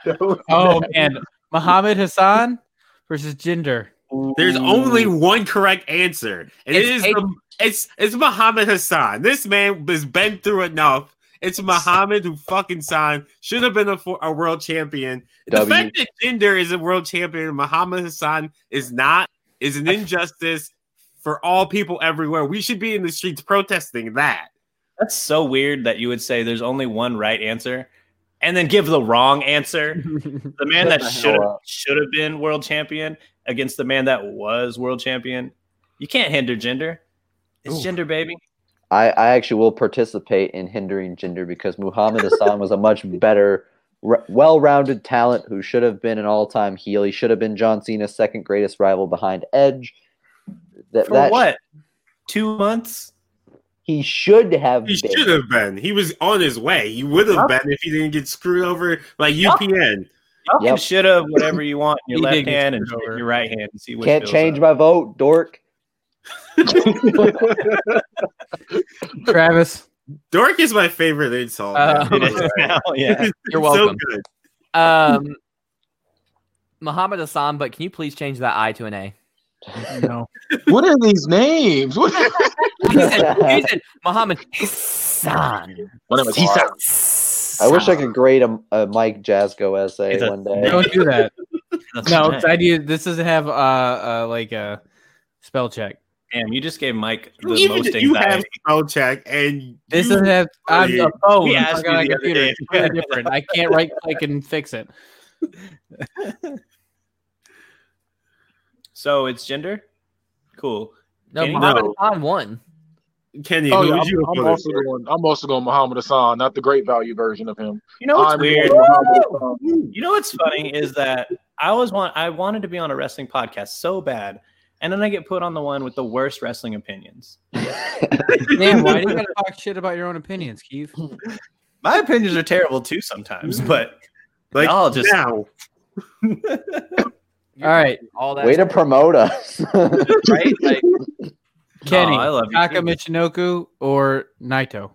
Oh man, Muhammad Hassan versus Jinder. There's only one correct answer, and it's It's it is the- it's it's Muhammad Hassan. This man has been through enough. It's Muhammad who fucking signed. Should have been a, for, a world champion. The W. fact that Jinder is a world champion, and Muhammad Hassan is not, is an injustice for all people everywhere. We should be in the streets protesting that. That's so weird that you would say there's only one right answer, and then give the wrong answer. The man Shut that the hell should have up. should have been world champion against the man that was world champion. You can't hinder gender. It's Ooh. gender, baby. I, I actually will participate in hindering gender because Muhammad Hassan was a much better, re- well-rounded talent who should have been an all-time heel. He should have been John Cena's second greatest rival behind Edge. That, For that what? Two months? he should have He been. should have been. He was on his way. He would have been if he didn't get screwed over by UPN. Y'all Yep. can should have whatever you want in your He did left get hand and screwed over. your right hand and see which Can't feels change up. my vote, dork. Travis. Dork is my favorite insult. Uh, It is now, yeah. You're It's welcome. So good. Um, Muhammad Hassan, but can you please change that I to an A? No. what are these names? What He said, he said Muhammad Hassan. Whatever. I wish I could grade a, a Mike Jasko essay It's a- one day. Don't do that. That's No, nice. 'cause I do. This doesn't have uh, uh like a spell check. damn, you just gave Mike the Even most if you have anxiety. spell check and This you- doesn't have. I'm a phone. We I'm asked talking on a you the other computer. day. It's completely different. I can't right click and fix it. So it's gender. Cool. No, Can you- Muhammad No. Hassan won. Kenny, Oh, who yeah, would I'm, you I'm vote also for? going. I'm also going Muhammad Hassan, not the great value version of him. You know what's I'm weird? going Muhammad Hassan. You know what's funny is that I always want I wanted to be on a wrestling podcast so bad, and then I get put on the one with the worst wrestling opinions. Damn, why do you gotta talk shit about your own opinions, Keith? My opinions are terrible too sometimes, but Like I'll just now. All right, All that Way to promote us. right. Like, Kenny, Aw, I love you, Taka Kenny. Michinoku or Naito?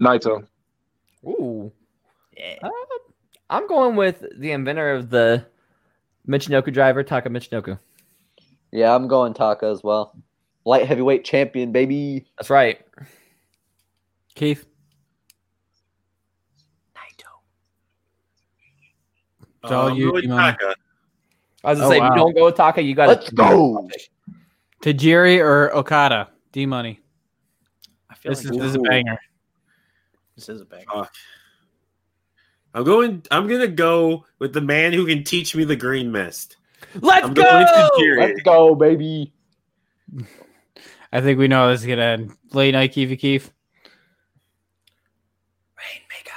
Naito. Ooh. Yeah. Uh, I'm going with the inventor of the Michinoku driver, Taka Michinoku. yeah, I'm going Taka as well. Light heavyweight champion, baby. That's right. Keith, It's all Uh, you, Lord Kimona. Taka. I was gonna Oh, say, wow. if you don't go with Taka, you got Let's to go. Tajiri or Okada? D Money. I feel This is like this is a banger. this is a bang. I'm going. I'm gonna go with the man who can teach me the green mist. Let's I'm going go. to Let's Jerry. go, baby. I think we know how this is gonna end. Late night, Keefe Keefe. Rainmaker.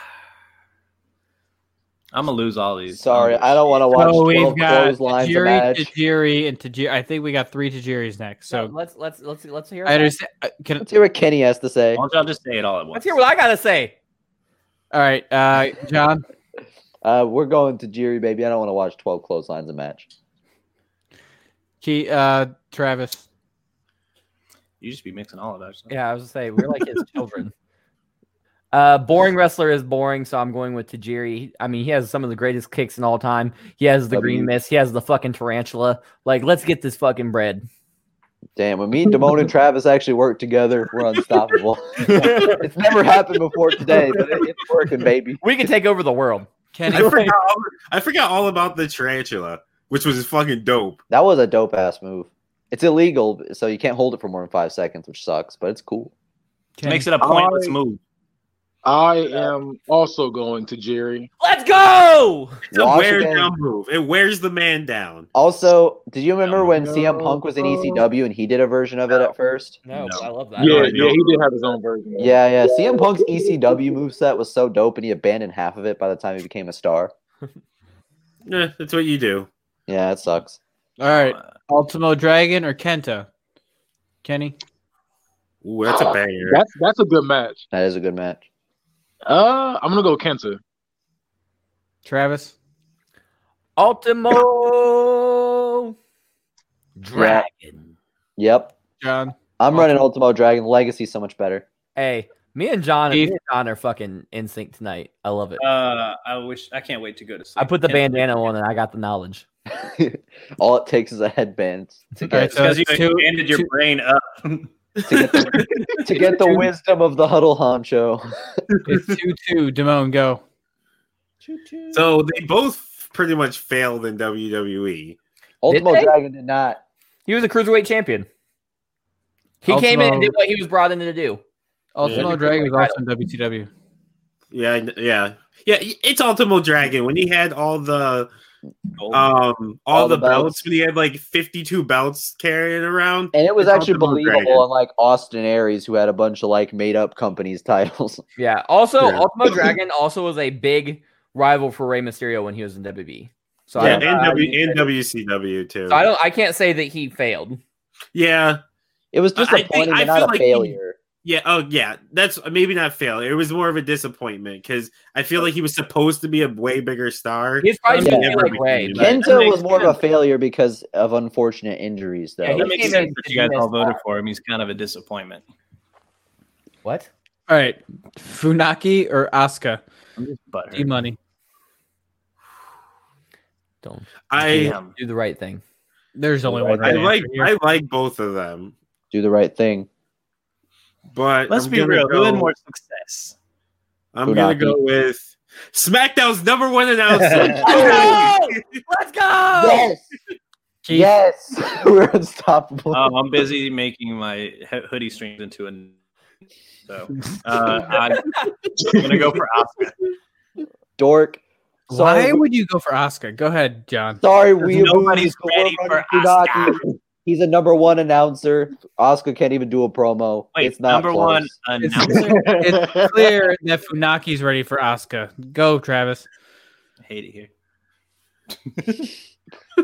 I'm gonna lose all these. Sorry, I'm gonna- I don't want to watch So Oh, we've 12 got clotheslines a Tajiri, match. Tajiri, and Tajiri. I think we got three Tajiris next. So So let's let's let's let's hear. I understand. uh, Can, Let's hear what Kenny has to say. Why don't y'all just say it all at once? Let's hear what I gotta say. all right, uh, John, Uh, we're going to Jiri, baby. I don't want to watch 12 clotheslines a match. Ke- uh, Travis. you just be mixing all of us. Yeah, I was gonna say we're like his children. Uh, boring wrestler is boring, so I'm going with Tajiri. I mean, he has some of the greatest kicks in all time. He has the W. green mist. He has the fucking tarantula. Like, let's get this fucking bread. Damn, when me, Damone, and Travis actually work together, we're unstoppable. it's never happened before today, but it, it's working, baby. We can take over the world. Kenny, I forgot, all, I forgot all about the tarantula, which was fucking dope. That was a dope ass move. It's illegal, so you can't hold it for more than five seconds, which sucks, but it's cool. Kenny. Makes it a pointless move. I am also going to Jerry. Let's go! It's a wear Washington- down move. It wears the man down. Also, did you remember when CM No. Punk was in Oh, ECW and he did a version of it at first? No, No. I love that. Yeah, already yeah, he did have his own version. of it. Yeah, yeah. CM Punk's ECW moveset was so dope and he abandoned half of it by the time he became a star. Eh, that's what you do. Yeah, it sucks. All right, Ultimo Dragon or Kenta? Kenny, Ooh, that's a banger. That's that's a good match. That is a good match. Uh, I'm gonna go Kenta. Travis, Ultimo Dragon. Yep. John. I'm running Ultimo Dragon. Legacy's so much better. Hey, me and John, me Keith. and John are fucking in sync tonight. I love it. Uh, I wish I can't wait to go to sleep. I put the Kenta- bandana on and I got the knowledge. All it takes is a headband to All right, get, so Because you it's two- expanded your two- brain up. to get, the, to get the wisdom of the huddle honcho. it's two two. Damone, go. So they both pretty much failed in E. WWE. Ultimo they? Dragon did not. He was a cruiserweight champion. He came in and Ultimo- did what he was brought in to do. Ultimo Yeah. Dragon was also in WCW. Yeah, I kn- yeah, yeah. It's Ultimo Dragon when he had all the Uh, um all, All the, the belts. belts. When he had like fifty-two belts carrying around. And it was It's actually Ultimo believable, Dragon. unlike Austin Aries, who had a bunch of like made up companies titles. Yeah. Also, Yeah. Ultimo Dragon also was a big rival for Rey Mysterio when he was in WWE. So, Yeah, I, and, don't, w, E. and WCW too. so I don't. I can't say that he failed. yeah, It was I- I think- disappointing, I feel but not a like he- failure. Yeah. Oh, yeah. That's maybe not fail. It was more of a disappointment because I feel like he was supposed to be a way bigger star. He's probably Yeah. supposed to be like Rey. but- That Kenta makes was more of a failure because of unfortunate injuries, though. Yeah, That he makes came sense in that you guys all dismissed voted for him. He's kind of a disappointment. What? All right, Funaki or Asuka? But D Money. Don't I do the right thing. There's only one. I Right like answer here. I like both of them, Do the right thing. but let's I'm be gonna real. Who Go, had more success? I'm gonna Funaki? go with SmackDown's number one announcer. Let's go! Yes, Keith, yes, we're unstoppable. Oh, I'm busy making my ho- hoodie strings into a. So uh, I'm gonna go for Oscar. Dork. Sorry, Why would you go for Asuka? Go ahead, John. sorry, we nobody's ready for Asuka. He's a number one announcer. Oscar can't even do a promo. Wait, it's not number close. one announcer. It's clear that Funaki's ready for Asuka. Go, Travis. I hate it here.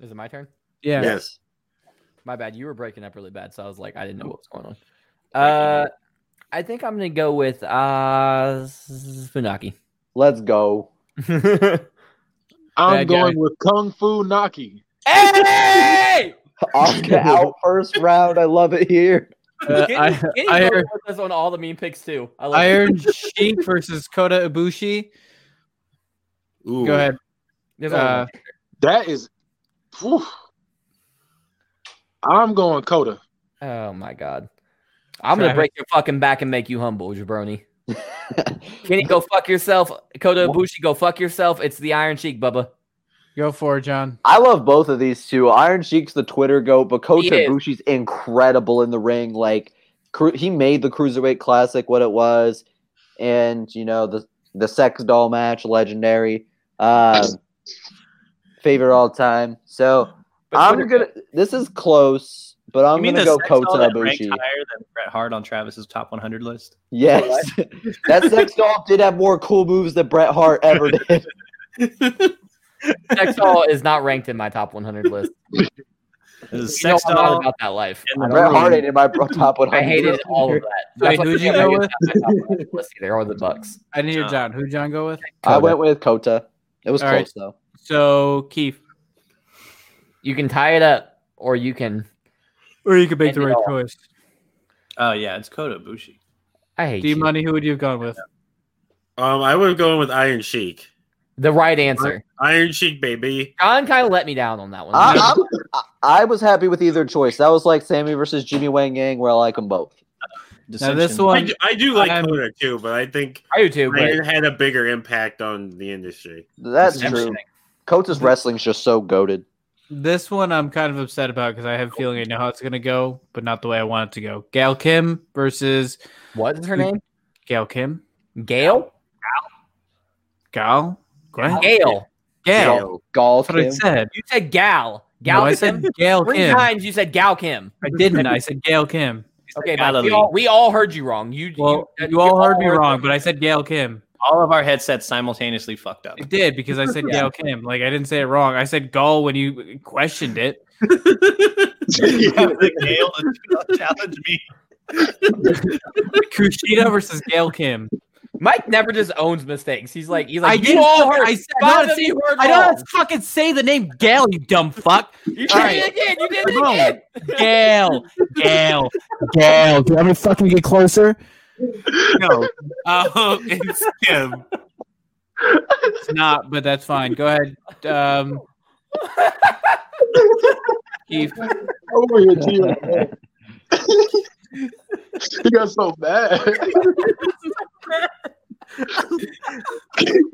Is it my turn? Yeah. yes. My bad. You were breaking up really bad, so I was like, I didn't know what was going on. Uh, I think I'm gonna go with uh Funaki. Let's go. hey! I'm Bad guy. going with Kung Fu Naki. Oscar out first round. I love it here. Uh, Kenny- I, Kenny's I going heard- with us on all the meme picks too. I love it. Iron Sheik versus Kota Ibushi. Ooh. Go ahead. There's only Uh, one. That is. whew. I'm going Coda. oh my god. I'm gonna Travis. break your fucking back and make you humble, jabroni. Kenny, go fuck yourself. Kota Ibushi, go fuck yourself. It's the Iron Cheek, Bubba. Go for it, John. I love both of these two. Iron Sheik's the Twitter goat, but Kota He is. Ibushi's incredible in the ring. Like cru- he made the cruiserweight classic what it was, and you know the the sex doll match, legendary, um, favorite all time. So I'm gonna. This is close, but I'm you mean gonna the go sex doll Kota that ranked Ibushi. higher than Bret Hart on Travis's top 100 list? Yes, that sex doll did have more cool moves than Bret Hart ever did. Sex doll is not ranked in my top 100 list. There's a You know sex I'm not doll. about that life. and the Bret room. Hart ain't in my bro- top 100. I hated all of that. Wait, That's why who'd you I go didn't with? have my top 100 list either, or the Bucks. I need your John. John. Who John go with? I went with Kota. It was All right. close though. So Keith, You can tie it up, or you can. or you could make the right choice. Oh yeah, it's Kota Ibushi. I hate D you. Money, who would you have gone with? Um, I would have gone with Iron Sheik. The right answer. Iron Sheik, baby. John kind of let me down on that one. Ah. I, I'm- I, I was happy with either choice. That was like Sammy versus Jimmy Wang Yang, where I like them both. Now this Dissension. I one, do, I do like I'm- Coda too, but I think I do too, but Iron had a bigger impact on the industry. That's Dissension. true. Coates' wrestling's just so goaded. this one I'm kind of upset about because I have a feeling I know how it's gonna go, but not the way I want it to go. Gail Kim versus what is her name? Gail Kim. Gail? Gal. Gail. Gail. Gail. Golf. That's what I said. You said Gal. Gal no, I Kim. said Gail Three Kim. times you said Gal Kim. I didn't. I said Gail Kim. Okay, Galilee. Mike, we all, we all heard you wrong. You, Well, you, you all heard me wrong, but I said Gail Kim. All of our headsets simultaneously fucked up. It did because I said Gail Kim. Like I didn't say it wrong. I said Gaul when you questioned it. the Gale to challenge me. Kushida versus Gail Kim. Mike never just owns mistakes. He's like, he's I like, you didn't. all heard. I said, five I of don't, you heard I wrong. don't fucking say the name Gail. You dumb fuck. You All did right. it again. You did it Wrong. again. Gail, Gail, Gail. Do you want me to fucking get closer? No, Um, and Skim. it's not. But that's fine. Go ahead. Um, Keith, Over here, G. like, man. he got so mad.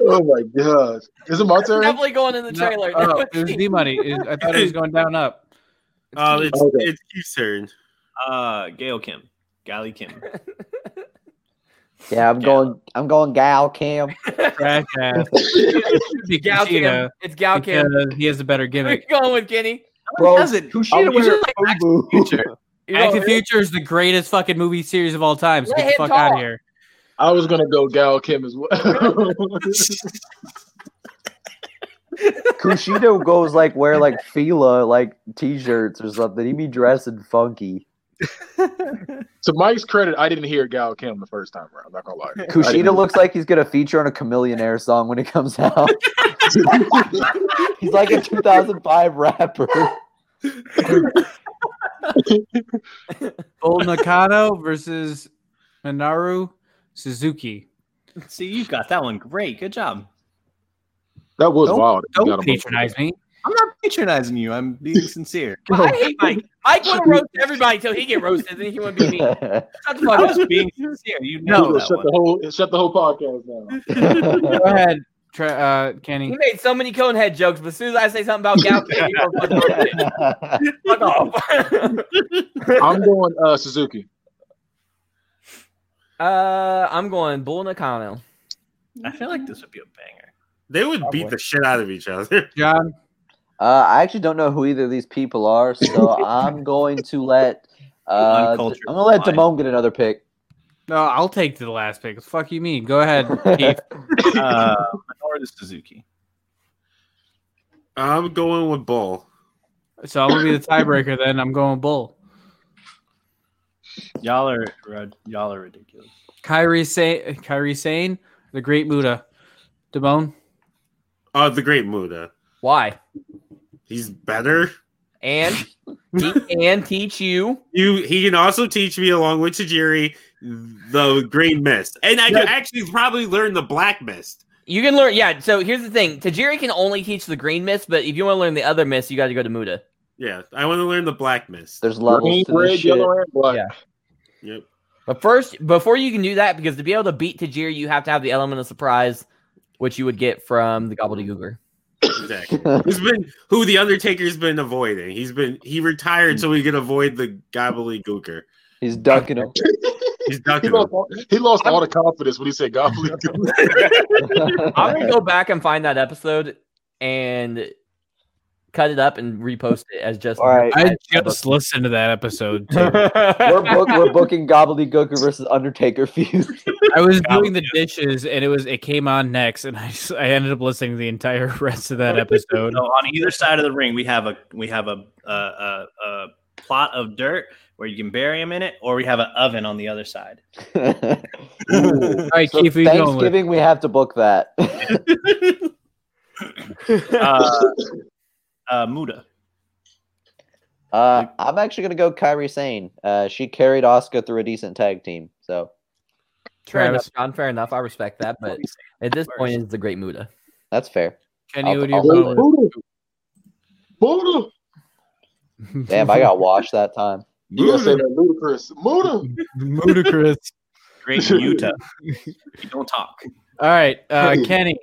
oh my gosh. Is it my turn? Definitely going in the no, trailer. oh, it was D money. I thought it was going down up. Um, it's Okay. it's Keith's turn. Uh, Gail Kim. Gally Kim. Yeah, I'm going. I'm going. Gal Cam. Crash ass. It should be Gal Kushida Kim. It's Gal Kim. because he has a better We're gimmick. going with Kenny. Bro, does it? Kushida was Future. You Back know, to the Future is the greatest fucking movie series of all time. So get Let the him fuck talk. out of here. I was gonna go Gal Kim as well. Kushida goes like wear like Fila like t-shirts or something. He be dressing funky. to Mike's credit, I didn't hear Gal Kim the first time around. I'm not gonna lie. I Kushida didn't- looks like he's gonna feature on a Chameleonaire song when it comes out. he's like a 2005 rapper. Old Nakano versus Minoru Suzuki. See, you got that one. Great. Good job. that was Don't- wild. You got Don't him. patronize me. I'm not patronizing you. I'm being sincere. I hate Mike. Mike want to roast everybody until he get roasted, then he want to be me. Shut the fuck I up. was being sincere. You He know would've that shut one. the whole shut the whole podcast down. Go ahead, Tra- uh, He Kenny. made so many Conehead jokes, but as soon as I say something about Gal Kim, he gonna fucking roast it. fuck off. I'm going uh, Suzuki. uh, I'm going Bull Nakano. I feel like this would be a banger. They would beat the shit out of each other. John, uh, I actually don't know who either of these people are, so I'm going to let uh, I'm Uncultured gonna let swine. Damone get another pick. no, I'll take the last pick. Fuck you, mean. Go ahead, Keith. Uh, Minoru Suzuki. I'm going with Bull. So I'm gonna be the tiebreaker. Then I'm going Bull. Y'all are rid- y'all are ridiculous. Kyrie Sane, Kyrie Sane, the Great Muda, Damone. Oh, the Great Muda. Why? He's better. And he can teach you. You he can also teach me along with Tajiri the Green Mist, and I can actually probably learn the Black Mist. You can learn. Yeah. So here's the thing: Tajiri can only teach the green mist, but if you want to learn the other mist, you got to go to Muda. Yeah, I want to learn the Black Mist. There's Green, levels to this red, shit. yellow, and black. Yeah. Yep. But first, before you can do that, because to be able to beat Tajiri, you have to have the element of surprise, which you would get from the gobbledygooker. Exactly. Who's been who the Undertaker's been avoiding? He's been he retired so he could avoid the gobbledygooker. He's ducking him. He's He ducking him. lost, all, he lost all the confidence when he said Goblin. I'm gonna go back and find that episode and cut it up and repost it as just. All right, I just listened to that episode. Too. we're, book, we're booking Gobbledygooker versus Undertaker feud. I was doing the dishes, and it was it came on next, and I just, I ended up listening to the entire rest of that episode. So on either side of the ring, we have a we have a a, a, a plot of dirt where you can bury him in it, or we have an oven on the other side. All right, So Keith, who you going with? Thanksgiving, we have to book that. Uh, uh, Muda. uh, I'm actually going to go Kyrie Sane. Uh, she carried Oscar through a decent tag team, so Fair enough, John. Fair enough. I respect that. But at this point, it's the great Muda. That's fair. Kenny, I'll- what do you I'll- vote? Buddha. Buddha. Damn, I got washed that time. You gotta say that ludicrous. Muda. Ludicrous. Great Utah. you don't talk. All right, uh, Kenny,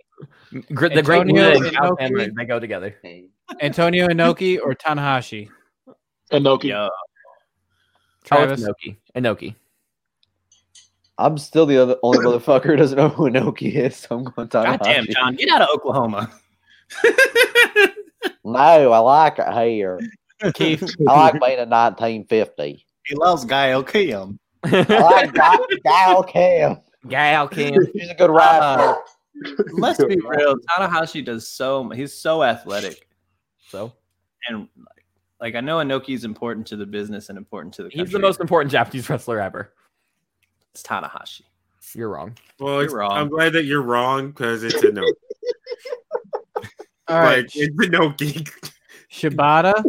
Gr- the Antonio great Muda and and Kyle Oakley. Hamler, they go together. Antonio Inoki, or Tanahashi? Inoki. Yeah. Travis. Oh, it's Inoki. Inoki. I'm still the other, only motherfucker who doesn't know who Inoki is. So I'm going to God damn, John, get out of Oklahoma. No, I like it here. Keith, I like being in 1950. he loves Gail Kim. I like Di- Dial Cam. Gal Kim. She's a Uh-huh. good rider. Let's be real. Tanahashi does so. mu- He's so athletic, So and like, like I know Inoki is important to the business and important to the. Country. he's the most important Japanese wrestler ever. It's Tanahashi. You're wrong. Well, it's, You're wrong. I'm glad that you're wrong because it's a no. All right, Like, it's a no geek. Shibata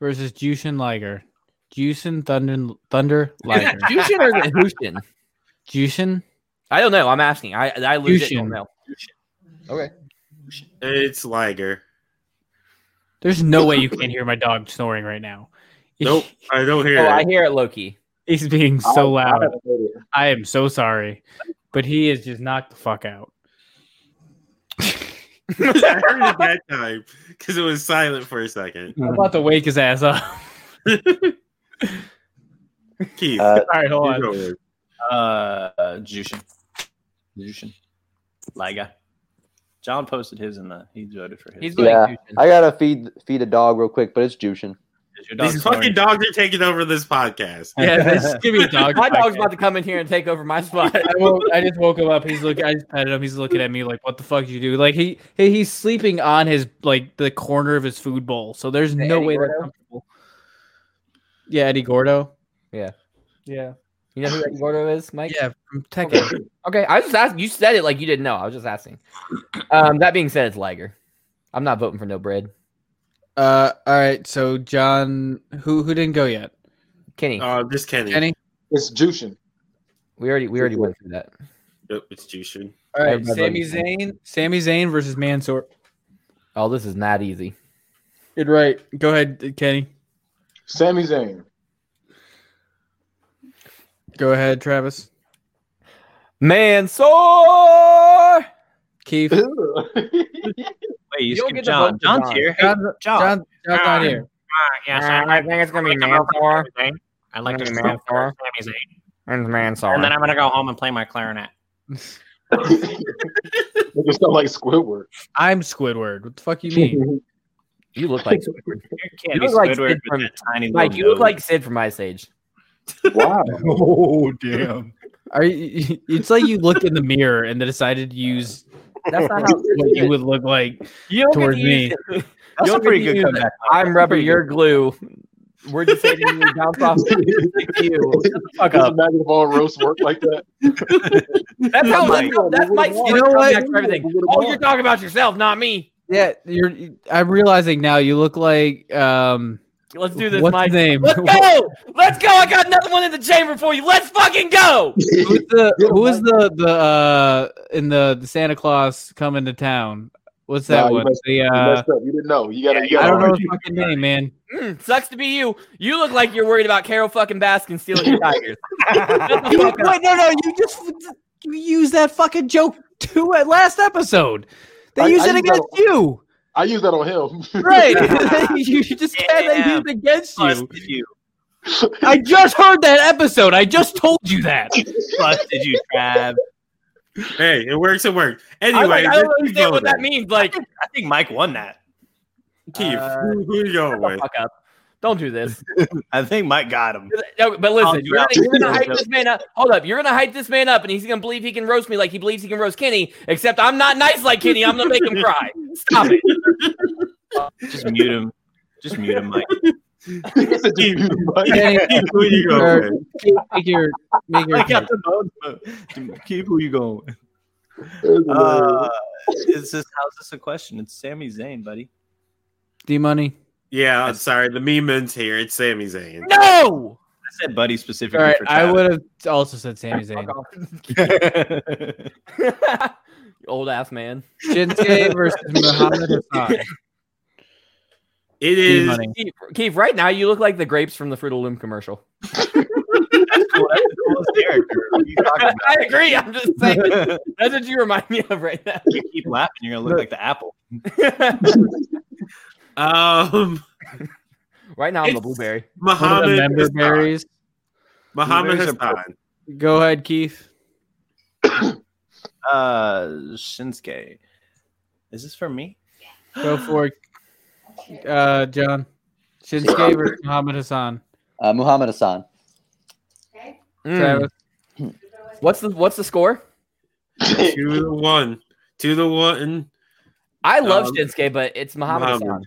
versus Jushin Liger. Jushin Thunder Thunder Liger. Jushin or Jushin? Jushin. I don't know. I'm asking. I I legit don't Jushin. know. It's Liger. There's no way you can't hear my dog snoring right now. Nope, I don't hear Oh, I it. hear it, Loki. He's being so I loud. haven't heard it. I am so sorry, but he is just knocked the fuck out. I heard it that time because it was silent for a second. I'm about to wake his ass up. Keith, Uh, All right, hold you on. go with it. Uh, uh, Jushin. Jushin. Liga. John posted his in the. He voted for his. He's Yeah. going Jushin. I gotta feed feed a dog real quick, but it's Jushin. Is your dog these snoring? fucking dogs are taking over this podcast. Yeah, just give me a dog. My dog's about to come in here and take over my spot. I, woke, I just woke him up. He's looking. I just petted him. He's looking at me like, "What the fuck did you do?" Like he, he he's sleeping on his like the corner of his food bowl. So there's Hey, no Eddie way that's Gordo? comfortable. Yeah, Eddie Gordo. Yeah. yeah, You know who Eddie Gordo is, Mike? yeah. From Tekken. Okay, I was just asking. You said it like you didn't know. I was just asking. Um, that being said, it's Liger. I'm not voting for no bread. uh, all right. So John, who who didn't go yet? Kenny, Oh, just Kenny. Kenny. It's Jushin. we already we already went through that. Nope, it's Jushin. All right, Sami Everybody. Zayn. Sami Zayn versus Mansoor. Oh, this is not easy. Good right. Go ahead, uh, Kenny. Sami Zayn. Go ahead, Travis. Mansoor. Keith. Wait, you You'll skipped get the John. vote for John's John. here. Hey, John, John. John, John's not here. Yes, Uh, I, I think it's gonna be Mansoor. I like Gonna to be Mansoor, Mansoor. Sami Zayn. And Mansoor. and then I'm gonna go home and play my clarinet. It just sound like Squidward. I'm Squidward. What the fuck you mean? you look like Your Can't You be look like Squidward Sid with from- that tiny Mike. little You look nose. like Sid from Ice Age. wow. Oh damn! Are you, it's like you looked in the mirror and then decided to use That's not how what you would look like. you don't get towards to use it. That's a You'll pretty get to good use comeback. I'm rubber, you're glue. We're just saying you bounce off you. Fuck up. Imagine if all roasts worked like that. That's how Mike. that's Mike's You favorite know what? comeback for everything. Oh, you're talking about yourself, not me. Yeah, you're. I'm realizing now you look like um. Let's do this, what's Mike. his name? Let's go! Let's go! I got another one in the chamber for you. Let's fucking go! Who's the who is the the uh in the, the Santa Claus coming to town? What's that Nah, you one? messed- The you uh, messed up. You didn't know. You gotta. you I gotta don't know his fucking name, man. Mm, sucks to be you. You look like you're worried about Carol fucking Baskin stealing your tigers. Shut the fuck up. no, no, you just you used that fucking joke too at last episode. They I- used I it used that- against you, I use that on him. you just can't- they used against Busted you, I just heard that episode. I just told you that. busted you, Trav. Hey, it works. It works. I, Anyway, like, I don't this is understand what that voting. means. Like, I think Mike won that. Keith, Uh, who, who you going shut the with? fuck up. Don't do this. I think Mike got him. No, but I'll listen, do you're gonna, that. you're gonna hype this man up. Hold up, you're gonna hype this man up, and he's gonna believe he can roast me like he believes he can roast Kenny. Except I'm not nice like Kenny. I'm gonna make him cry. Stop it. Just mute him. Just mute him, Mike. Right. Kenny, Keith, who you going with? make your make your Mike got the vote, but Keep who you going with. Uh, is this how's this a question? It's Sami Zayn, buddy. D money. Yeah, I'm sorry. The meme ends here. It's Sami Zayn. No. said buddy specifically All right, for I Tyler. would have also said Sami Zayn. You Old ass man. Shinsuke versus Muhammad Hassan. It Team is. money. Keith, Keith, right now you look like the grapes from the Fruit of Loom commercial. Coolest character. What are you talking I agree. I'm just saying. about? That's what you remind me of right now. you keep laughing, you're gonna look like the apple. Um, Right now I'm the It's- blueberry. One of the Muhammad member Hassan. berries. Muhammad Blueberries are Hassan. Go ahead, Keith. Uh, Shinsuke. Is this for me? Go for it, uh, John. Shinsuke versus Muhammad Hassan. Uh, Muhammad Hassan. Mm. Travis, What's the what's the score? Two to one. Two to one. I love Um, Shinsuke, but it's Muhammad Hassan. Muhammad.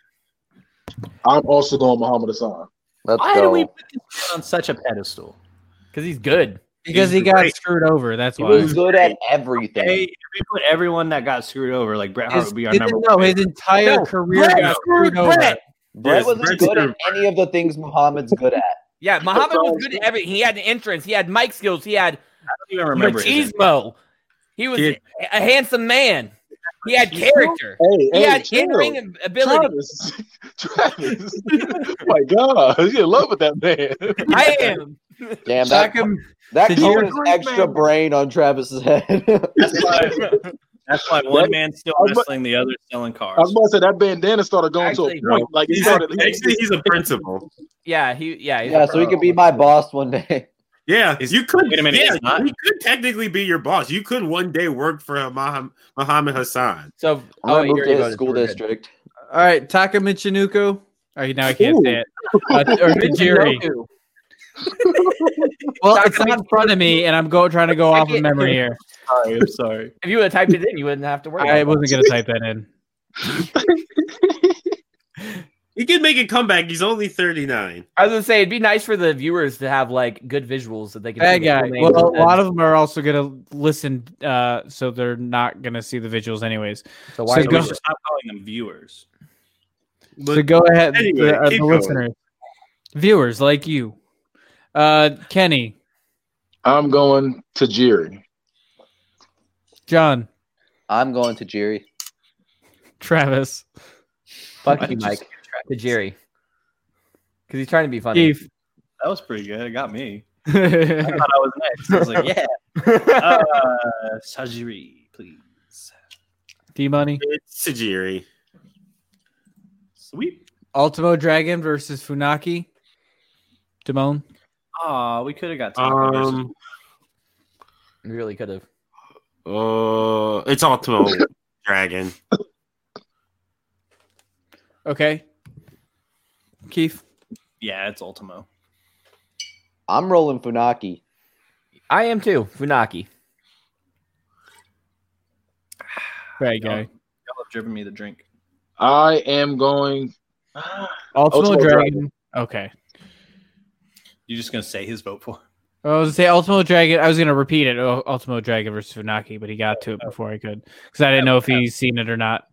I'm also going Muhammad Hassan. Let's Why do go. we put this man on such a pedestal? because he's good. because he He's got great. screwed over. That's He why. was good at everything. Hey, if we put everyone that got screwed over, like Bret Hart His, would be our didn't- number no, one. his entire No, career got screwed over. Brett Yes, wasn't Brett's good good. at any of the things Muhammad's good at. Yeah, Muhammad was good at everything. He had an entrance. He had mic skills. He had I don't even remember his name. machismo. He was Kid. a handsome man. He had character. Hey, He hey, had chill. in-ring ability. Travis, Travis. oh my God, you're in love with that man. I am. Damn, that, Chuck him. that Did you- coat is extra brain on Travis's head. That's why, that's why one man's still I was about- wrestling, the other's selling I was cars. about to say that bandana started going Actually, to a point. Like it He's started. a, actually, he's a principal. Yeah, he. Yeah, he's yeah, so he could be my boss one day. Yeah, you could. Wait a minute, yeah, he's not? you could technically be your boss. You could one day work for Muhammad, Muhammad Hassan. So oh, I'm Oh, gonna move you're- to you're his good. school We're good. district. All right, Taka Michinoku. All right, now Oh, I can't say it. Uh, or Tajiri. Michinoku. Well, Taka it's not in front of me, and I'm go trying to go off of memory here. Sorry, I'm sorry. If you would have typed it in, you wouldn't have to worry. I about wasn't gonna type that in. He can make a comeback. He's only thirty nine. it. I was gonna say it'd be nice for the viewers to have like good visuals that they can. That see the full guy. names Well, a and then- lot of them are also gonna listen, uh, so they're not gonna see the visuals anyways. So why? so We go- Go, should stop calling them viewers. so go ahead, anyway, the, uh, keep the going. listeners, viewers like you, uh, Kenny, I'm going to Jerry. John, I'm going to Jerry. Travis, Fuck Why you, did you Mike. to Jerry. Because he's trying to be funny. Keith. That was pretty good. It got me. I All thought I was next. I was like, yeah. Uh, Sajiri, please. D Money, It's Tajiri. Sweep. Ultimo Dragon versus Funaki, Damone. Aw, we could have got Taka versus Um, You really could have. uh, it's Ultimo Dragon. Okay, Keith. Yeah, it's Ultimo. I'm rolling Funaki. I am too. Funaki. Bad Yeah. guy. Y'all have driven me the drink. I am going. Ultimo, Ultimo Dragon. Okay. You're just gonna say his vote for. him. I was gonna say Ultimo Dragon. I was gonna repeat it. Ul- Ultimo Dragon versus Funaki, but he got to it before I could because I didn't know if he's seen it or not.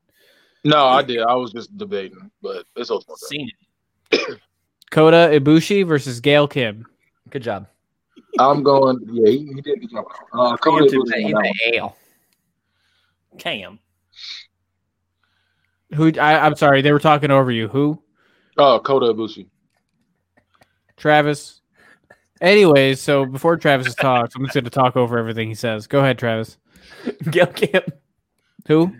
No, I did. I was just debating, but it's ultimately. Seen it. Kota Ibushi versus Gail Kim. Good job. I'm going. Yeah, he, he did the job. Uh, Cody He's was He's on an that one. ale. Cam. Who? I, I'm sorry, they were talking over you. Who? Oh, Kota Ibushi. Travis. Anyways, so before Travis talks, I'm just gonna talk over everything he says. Go ahead, Travis. Gail Kim. Who?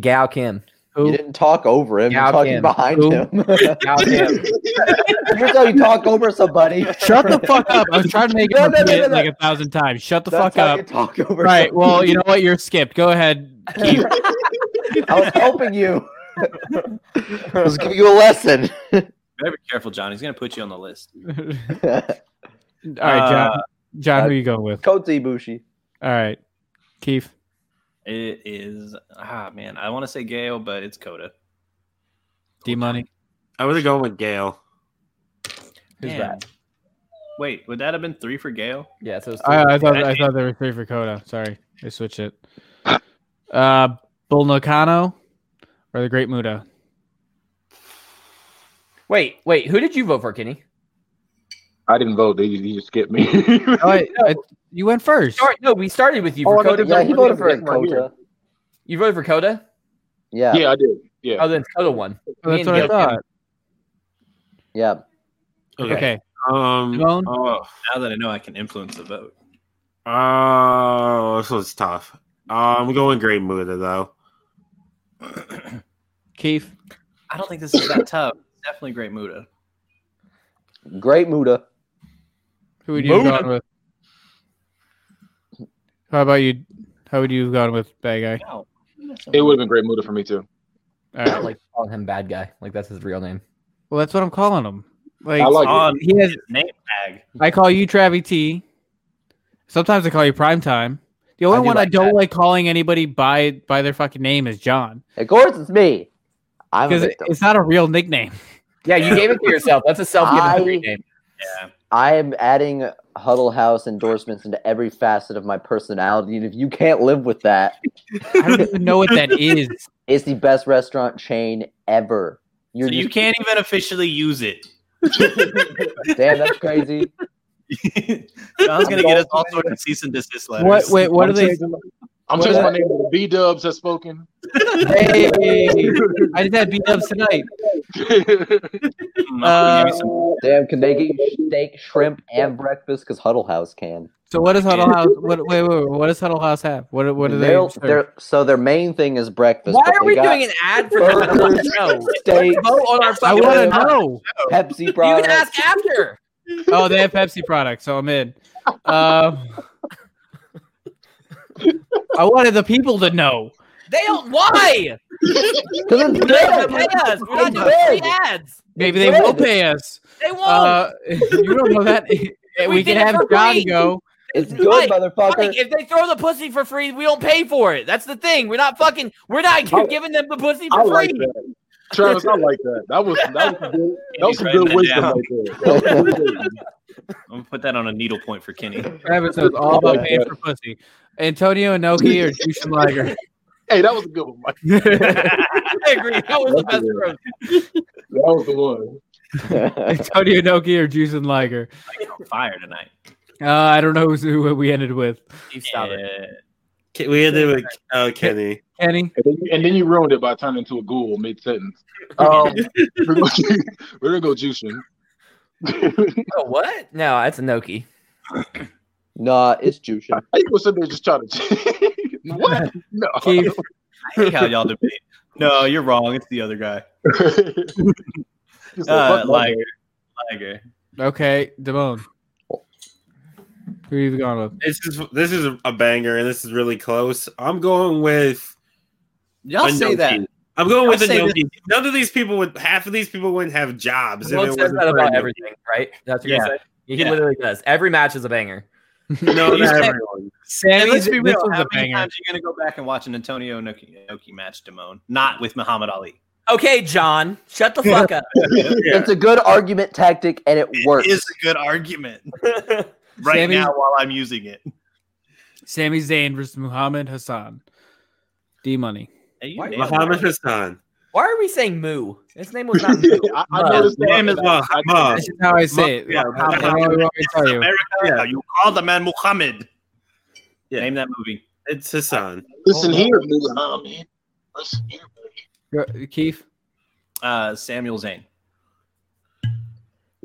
Gal Kim. You Who? didn't talk over him. Yeah, You're talking Kim. behind Who? him. Gal Kim. Here's how you talk over somebody. Shut the fuck up! I was trying to make him No, no, no, repeat it no, no. like a thousand times. Shut the That's fuck how up. You talk over Right. somebody. Well, you know what? You're skipped. Go ahead. Keith. I was helping you. I was giving you a lesson. Better be careful, John. He's gonna put you on the list. All right, John. Uh, John, who you going with? Kota Ibushi. All right, Keith. It is ah man. I want to say Gale, but it's Coda. D money. I would have gone with Gail. Who's that? Wait, would that have been three for Gale? Yeah, so it's I, I thought I thought there were three for Coda. Sorry, I switched it. Uh, Bull Nakano or the Great Muda. Wait, wait. Who did you vote for, Kenny? I didn't vote. They he just skipped me. Oh, I- I- you went first. Sorry, no, we started with you Oh, for I thought Coda. you- Yeah, he Yeah, voted for yeah, Dakota. You voted for Coda? Yeah, yeah, yeah, I did. Yeah. Oh, then Coda won. Oh, that's Me what and I thought. Okay. Okay. Um. Simone? Oh, Now that I know I can influence the vote. oh, this was tough. Um, I'm going Great Muda though. Keith. I don't think this is that tough. Definitely Great Muda. great Muda. Who would you have gone with? How about you? How would you have gone with Bad Guy? It would have been great mood for me too. All I right. like calling him bad guy. Like that's his real name. Well, that's what I'm calling him. Like, I like On he has. name tag. I call you Travie T. Sometimes I call you Prime Time. The only I do one I like don't that. like calling anybody by by their fucking name is John Of course, it's me. I'm a because victim. it's not a real nickname. Yeah, you gave it to yourself. That's a self-given I- great name. I am adding Huddle House endorsements into every facet of my personality, and if you can't live with that, I don't even know what that is. it's the best restaurant chain ever. You're So just, you can't even officially use it. damn, that's crazy. John's gonna get us all sorts of cease and desist letters. What? Wait. I'm What are they? changing my- I'm changing my name to B Dubs has spoken. Hey, I just had beat ups tonight. Mm, I'll give you some- Damn, can they get you steak, shrimp, and breakfast? Because Huddle House can. So what does Huddle House? What? Wait, wait, wait. What does Huddle House have? What? What do they? They'll- serve? they're- so their main thing is breakfast. Why but are they we got doing an ad for burgers, No. steaks, Vote on our I fucking want to podcast. know. Pepsi You can products. ask after. Oh, they have Pepsi products, so I'm in. Um, I wanted the people to know. They don't. Why? 'Cause it's They don't good. pay us. We're not It's doing free good. ads. Maybe they will pay us. They won't. Uh, you don't know that. we, Oh. We can did it have for John free. go. It's good, Mike, motherfucker. Like, if they throw the pussy for free, we don't pay for it. That's the thing. We're not fucking. We're not gi- I- giving them the pussy I for like free. that. Travis, I like that. That was that was some good, that was some Writing good that wisdom down. right there. That was good wisdom. I'm gonna put that on a needle point for Kenny. Travis knows all about paying for pussy. Antonio Inoki or Jushin Liger? hey, that was a good one. Mike. I agree. That was the best room. That was the one. Antonio Inoki or Jushin Liger? On fire tonight. Uh, I don't know who's, who we ended with. Chief, stop it. Ke- We ended with uh, Kenny. Kenny? And then, you- and then you ruined it by turning into a ghoul mid sentence. Um, we're gonna we're gonna go juicing. Oh, what? No, that's a Noki. nah, it's Jushin. I think we're sitting there just trying to. what? No. Keith? I hate how y'all debate. No, you're wrong. It's the other guy. Just like, Uh, fuck Liger. Liger. Okay, Damone. Who have you gone with? This is this is a banger, and this is really close. I'm going with. Y'all say Inoki. that. I'm going I'll with say Inoki. None of these people would. Half of these people wouldn't have jobs. Simone says wasn't that for about Inoki. everything, right? That's what Yeah. you said. He Yeah. literally does. Every match is a banger. No, You not said- everyone. And Sammy, let's this be real. was How a many banger. times are you gonna go back and watch an Antonio Inoki, Inoki match, Damone? Not with Muhammad Ali. Okay, John, shut the fuck up. Yeah. It's a good argument tactic, and it, works. It is a good argument right Sammy- now while I'm using it. Sami Zayn versus Muhammad Hassan. D Money. Hey, you Why- nailed Muhammad it. Hassan. Why are we saying Moo? His name was not Moo. that. I, I Mud. noticed His name is uh, Muhammad. That's just how I say it. Yeah, That's how I Muhammad. always tell you. America, Yeah. you call the man Muhammad. Yeah. Name that movie. It's Hassan. Listen here, Muhammad. Listen here, buddy. Go- Keith, Uh, Samuel Zane.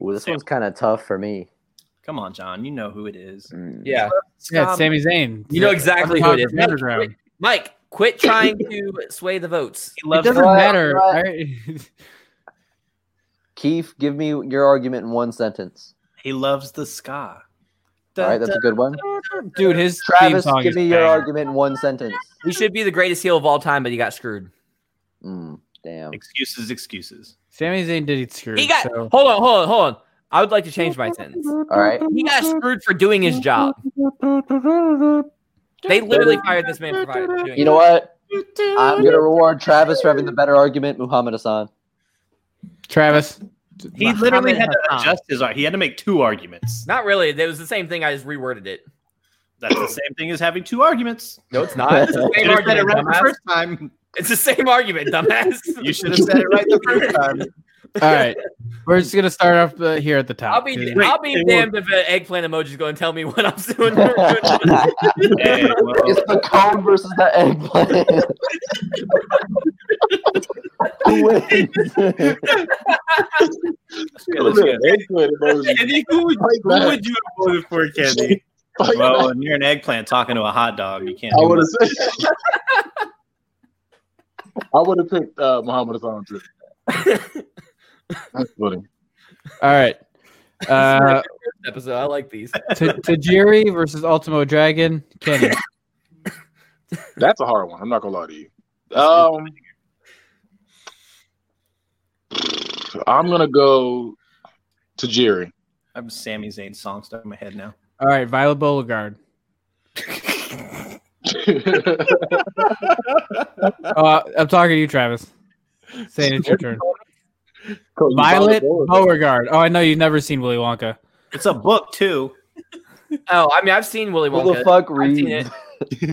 Ooh, this one's kind of tough for me. Come on, John. You know who it is. Mm. Yeah. yeah, it's Sami Zayn. You know exactly who it is. Mike, Underground. quit, Mike, quit trying to sway the votes. He It loves doesn't Well, matter. well- alright? Keith, give me your argument in one sentence. he loves the ska. All right, that's a good one. Dude, his Travis, theme song give is me your bang. argument in one sentence. He should be the greatest heel of all time, but he got screwed. Mm, damn. Excuses, excuses. Sami Zayn did it screwed. He got so. hold on, hold on, hold on. I would like to change my sentence. All right. He got screwed for doing his job. They literally fired this man for fire- for doing You know what? I'm going to reward Travis for having the better argument, Muhammad Hassan. Travis. He literally Muhammad had to Hassan. adjust his art. He had to make two arguments. Not really. It was the same thing. I just reworded it. That's the same thing as having two arguments. No, it's not. It's the same You should've said it argument, right the dumbass. first time. It's the same argument, dumbass. You should have said it right the first time. All right, we're just gonna start off uh, here at the top. I'll be Wait, I'll be it damned if an eggplant emoji is going to tell me what I'm doing. Hey, well, it's the cone versus the eggplant. Who let's wins? go. Kenny, who would, Like who that. would you have voted for, Kenny? well, when you're an eggplant talking to a hot dog, you can't. I do would much. have said. I would have picked uh, Muhammad Hassan too. That's funny. All right, uh, episode. I like these. T- Tajiri versus Ultimo Dragon. Kenny. That's a hard one. I'm not gonna lie to you. Um, I'm gonna go to Jerry. I'm Sami Zayn's song stuck in my head now. All right, Violet Beauregard. Uh, I'm talking to you, Travis. Saying it's your turn. Violet Beauregard. Oh, I know you've never seen Willy Wonka. It's a book too. Oh, I mean, I've seen Willy Who the Wonka. fuck I've seen it. reads?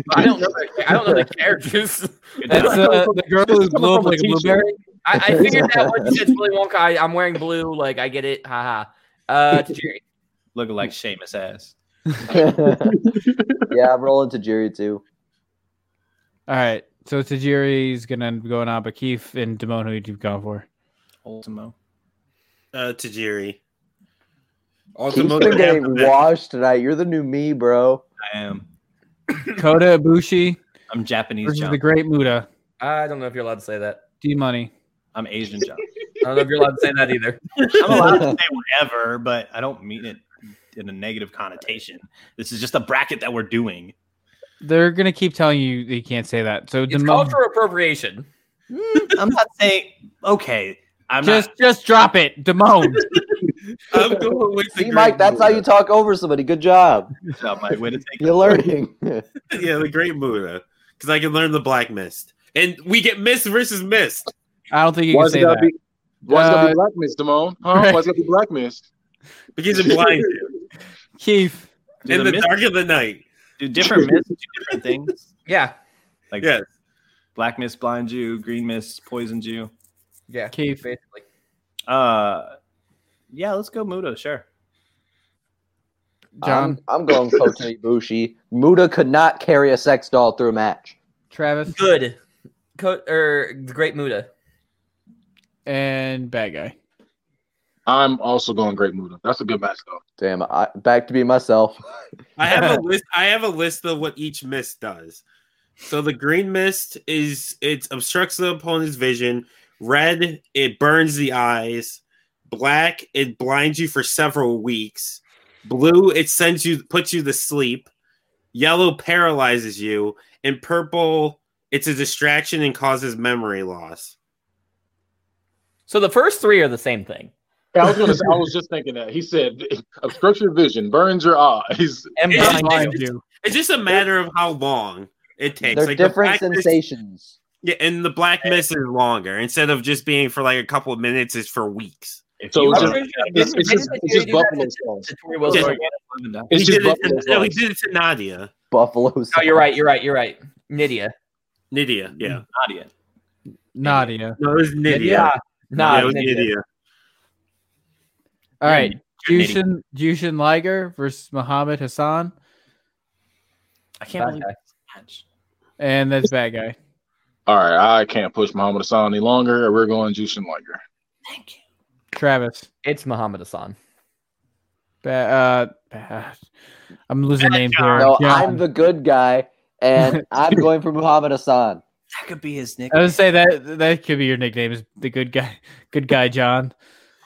But I don't know. The, I don't know the characters. That's uh, the girl who blew up like a blueberry. I, I figured that once you said Willy Wonka, I, I'm wearing blue. Like I get it. Haha. Uh, Jerry. Looking like Seamus ass. yeah, I'm rolling to Jerry too. All right, so Tajiri's gonna go on Abakif and Damone, who you've gone for. Ultimo. Uh, Tajiri. He's Ultimo been getting Champion. washed tonight. You're the new me, bro. I am. Kota Ibushi I'm Japanese versus John. the Great Muda. I don't know if you're allowed to say that. D Money. I'm Asian John. I don't know if you're allowed to say that either. I'm allowed to say whatever, but I don't mean it in a negative connotation. This is just a bracket that we're doing. They're gonna keep telling you they can't say that. So It's Damone, cultural appropriation. I'm not saying okay. I'm just just drop it, Damone. I'm going with the See, Mike, Great that's how you Muda. talk over somebody. Good job. not good job, my way to take You're learning. yeah, the Great Muda, because I can learn the Black Mist, and we get Mist versus Mist. I don't think you Why's can it say gotta that. be? Why's it gotta Uh, be black mist, Damone? Huh? Why's it gotta be black mist? Because you're blind Keith. Do in the the mist- dark of the night. do different mists do different things. Yeah. Like Yes. black mist blinds you, green mist poisons you. Yeah. Keith. Um, Basically. Uh yeah, let's go Muda, sure. John, I'm, I'm going Kota Ibushi. Muda could not carry a sex doll through a match. Travis, Good. Co- or the Great Muda. and Bad Guy. I'm also going Great Muda. That's a good match though. Damn, I, back to be myself. I have a list. I have a list of what each mist does. So the green mist is it obstructs the opponent's vision. Red, it burns the eyes. Black, it blinds you for several weeks. Blue, it sends you puts you to sleep. Yellow paralyzes you, and purple, it's a distraction and causes memory loss. So the first three are the same thing. I was gonna. Say, I was just thinking that. He said, "Obstruction vision burns your eyes." And Yeah. blind. Blind you. It's just a matter of how long it takes. They're Like, the different black mist- sensations. Yeah, and the black mist is longer. Instead of just being for like a couple of minutes, it's for weeks. If So you it's are- just, it's, it's just, it's just Buffalo sauce. Tori Wilson. Yeah. It's he just did it to, Buffalo no, he sauce. did it to Nadia. Buffalo sauce. No, you're right. You're right. You're right. Nydia. Nydia, yeah. Nadia. Nadia. No, it was Nydia. Yeah. Nah. yeah, it was Nydia. Nydia. All right. You're an Jushin Jushin Liger versus Muhammad Hassan. I can't believe Okay. match. And that's Bad Guy. All right, I can't push Muhammad Hassan any longer. We're going Jushin Liger. Travis. It's Muhammad Hassan. Bad, uh, bad. I'm losing names here. No, John. I'm the good guy, and I'm going for Muhammad Hassan. That could be his nick. I would say that that could be your nickname is the good guy, good guy John.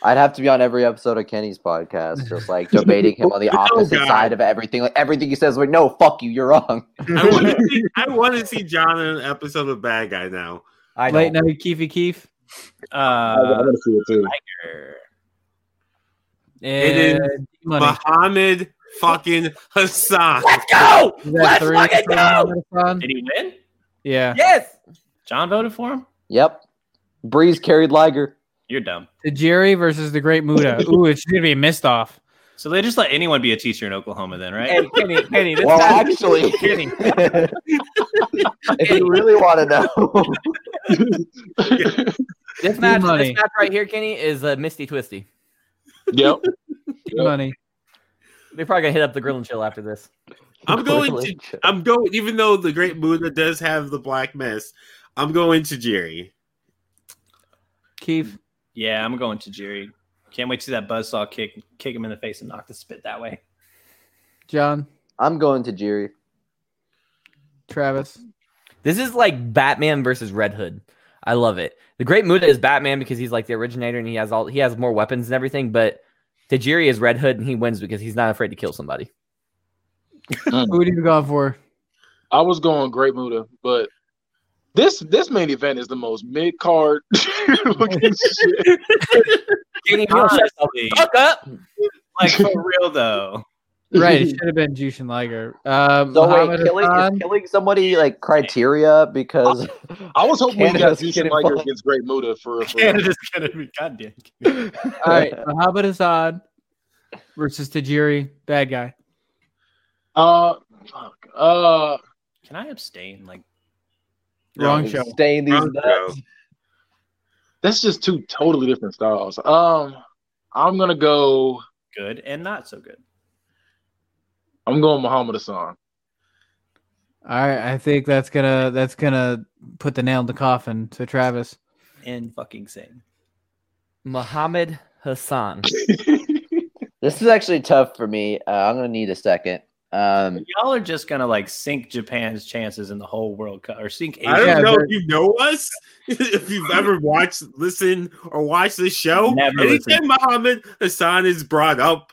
I'd have to be on every episode of Kenny's podcast, just like debating him on the opposite God. side of everything. Like everything he says, like, no, fuck you, you're wrong. I want to see, I want to see John in an episode of Bad Guy now. I Late don't. night Keefy Keef. I I Uh, wanna see it too. And is money. Muhammad fucking Hassan. Let's go. Is that Let's three fucking for go. Muhammad Hassan? did he win? Yeah. Yes. John voted for him? Yep. Breeze carried Liger. You're dumb. Tajiri versus the Great Muda. Ooh, it's gonna be a missed off. So they just let anyone be a teacher in Oklahoma then, right? Hey, Kenny. Kenny. This Well, guy- actually, Kenny. if you really want to know, This match, money. this match right here, Kenny, is a Misty Twisty. Yep. Yep. money. They're probably gonna hit up the grill and chill after this. I'm going to. I'm going. Even though the Great Buddha does have the black mist, I'm going to Jerry. Keith, Yeah, I'm going to Jerry. Can't wait to see that buzzsaw kick kick him in the face and knock the spit that way. John, I'm going to Jerry. Travis. This is like Batman versus Red Hood. I love it. The Great Muda is Batman because he's like the originator and he has all he has more weapons and everything. But Tajiri is Red Hood and he wins because he's not afraid to kill somebody. Who would you go for? I was going Great Muda, but this this main event is the most mid card looking shit. Kenny, you don't shut Honestly, the fuck up. like for real though. Right, it should have been Jushin Liger. Um, So wait, Muhammad killing, Hassan. is killing somebody like criteria because I was hoping we got Canada's Jushin getting Liger fucked. against Great Muda for, for Canada's gonna be goddamn. All right, Muhammad Hassan versus Tajiri, bad guy. uh fuck, uh Can I abstain? Like Wrong show. staying these Wrong show. nuts. that's just two totally different styles. Um I'm gonna go good and not so good. I'm going Muhammad Hassan. All right, I think that's gonna that's gonna put the nail in the coffin to Travis. And fucking same. Muhammad Hassan. This is actually tough for me. Uh, I'm gonna need a second. Um, Y'all are just gonna like sink Japan's chances in the whole World Cup or sink I don't Yeah, Asia. know they're- if you know us, if you've ever watched, listened, or watched this show. Never Anytime listened. Muhammad Hassan is brought up,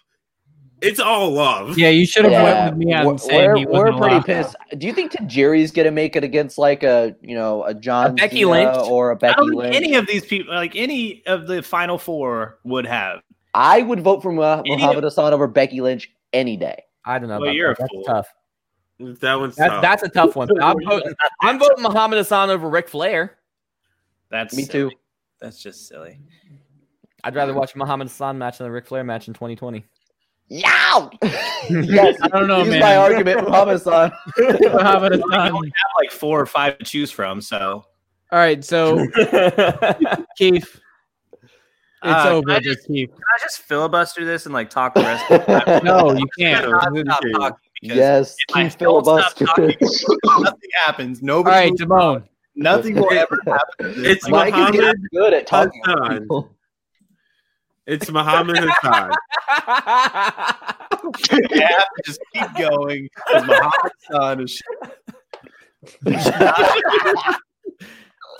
it's all love. Yeah, you should have went with me we're, on saying he we're- we're wasn't pretty allowed. pissed. Do you think Tajiri's gonna make it against like a you know a John A Becky Cena Lynch? or a I Becky don't think Lynch? any of these people, like any of the final four, would have. I would vote for Mu- Any of- Muhammad Hassan over Becky Lynch any day. I don't know. Well, about you're that. a That's fool. tough. That one's That's, tough. that's a tough one. I'm voting. I'm voting Muhammad Hassan over Ric Flair. That's Me silly. too. That's just silly. I'd rather watch Muhammad Hassan match than a Ric Flair match in 2020. Yow! yes, I don't know, use my man. argument, Muhammad Hassan. Muhammad I Hassan. only have like four or five to choose from, so All right, so Keith, it's Uh, can over. I with just- Keith. Can I just filibuster this and like talk the rest? Of the time? No, you can't. No. All Stop talking because yes, if I Keith don't stop filibuster. talking, nothing happens. Nobody, right, moves. Damone. nothing will ever happen. It's Mike is Muhammad getting good at talking. to Hassan. people. It's Muhammad Hassan. I have to just keep going. 'cause Muhammad's son is-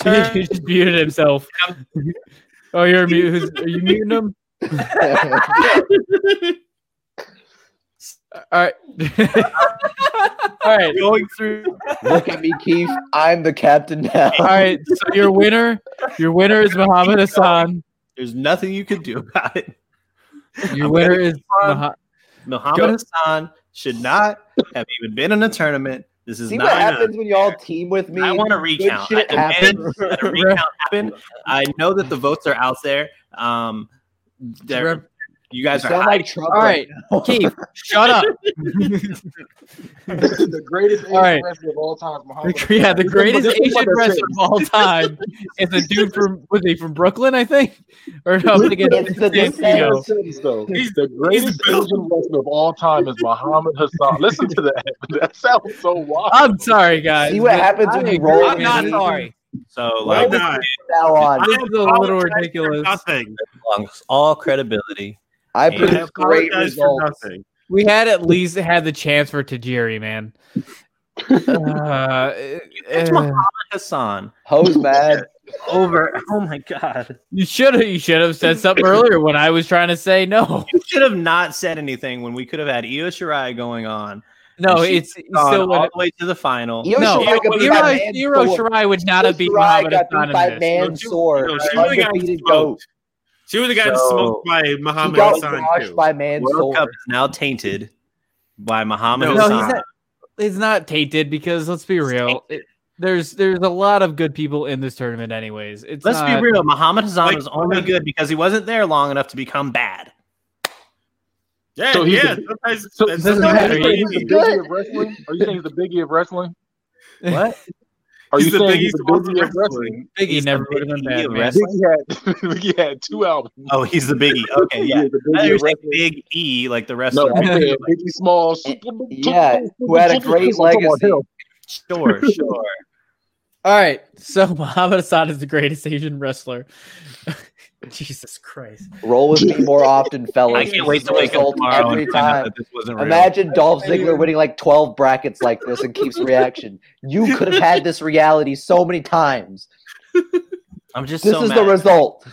he just muted himself. Oh, you're mute. who's- Are you muting him? All right. All right. going through. Look at me, Keith. I'm the captain now. All right. So your winner, your winner is Muhammad Hassan. There's nothing you can do about it. Your winner is Muha- Muhammad Good. Hassan should not have even been in a tournament. This is See not. what happens when y'all team with me. I want to recount. I shit demand happens. that a recount happen. I know that the votes are out there. Um, they're- Rev- you guys You are sound like Trump. All right, Keith, shut up. the greatest Asian All right. wrestler of all time, Muhammad. Hassan. yeah, the This is- greatest this is what Asian that wrestler of all time is a dude from was he from Brooklyn, I think, or no, I'm thinking It's the San says. Diego. San Sentence, though. He's- the greatest built- Asian wrestler of all time is Muhammad Hassan. Listen to that. That sounds so wild. I'm sorry, guys. See what but happens I when you agree. roll I'm not sorry. so Why like not? now on. This is a little ridiculous. Nothing. belongs all credibility. I Yeah. I produce great apologize for results. nothing. We had at least had the chance for Tajiri, man. Uh, It's eh, Muhammad Hassan Ho's mad. over. Oh my god! you should have you should have said something earlier when I was trying to say no. You should have not said anything when we could have had Io Shirai going on. No, She- it's it's gone still all the way to the final. Io No, Shirai got beat Hiro, by man Hiro sword. Shirai would not have beat Io Shirai Muhammad got beat Hassan by in this. man No, she- sword. no, she really got Undefeated goat. smoked. She would have gotten So- smoked by He Muhammad got Hassan washed too. by man World sword. Cup is now tainted by Muhammad No, No, he's Hassan. not. It's not tainted because let's be real. it- there's there's a lot of good people in this tournament, anyways. It's Let's not- be real. Muhammad Hassan Like, was only good because he wasn't there long enough to become bad. Yeah, So he's yeah. a- sometimes So, that's so doesn't you're matter. saying He- he's the biggie of wrestling? Are you saying he's the biggie of wrestling? What? Are He's you the saying biggest he's the author Biggie of of wrestling? wrestling. Biggie He's never the would have been Biggie bad. of man. wrestling. Biggie had, Biggie had two albums. Oh, he's the biggie. Okay, the yeah. I thought you Biggie were of saying wrestling. Big E, like the rest No, of I'm them. saying Biggie Small. yeah, who had a great I'm talking about legacy. him. Sure, sure. All right. So Muhammad Assad is the greatest Asian wrestler. Jesus Christ. Roll with me more often, fellas. I can't wait This to is wake up result tomorrow every and find out time. that this wasn't real. Imagine Dolph Ziggler winning like 12 brackets like this and keeps reaction. You could have had this reality so many times. I'm just This so is mad. the result.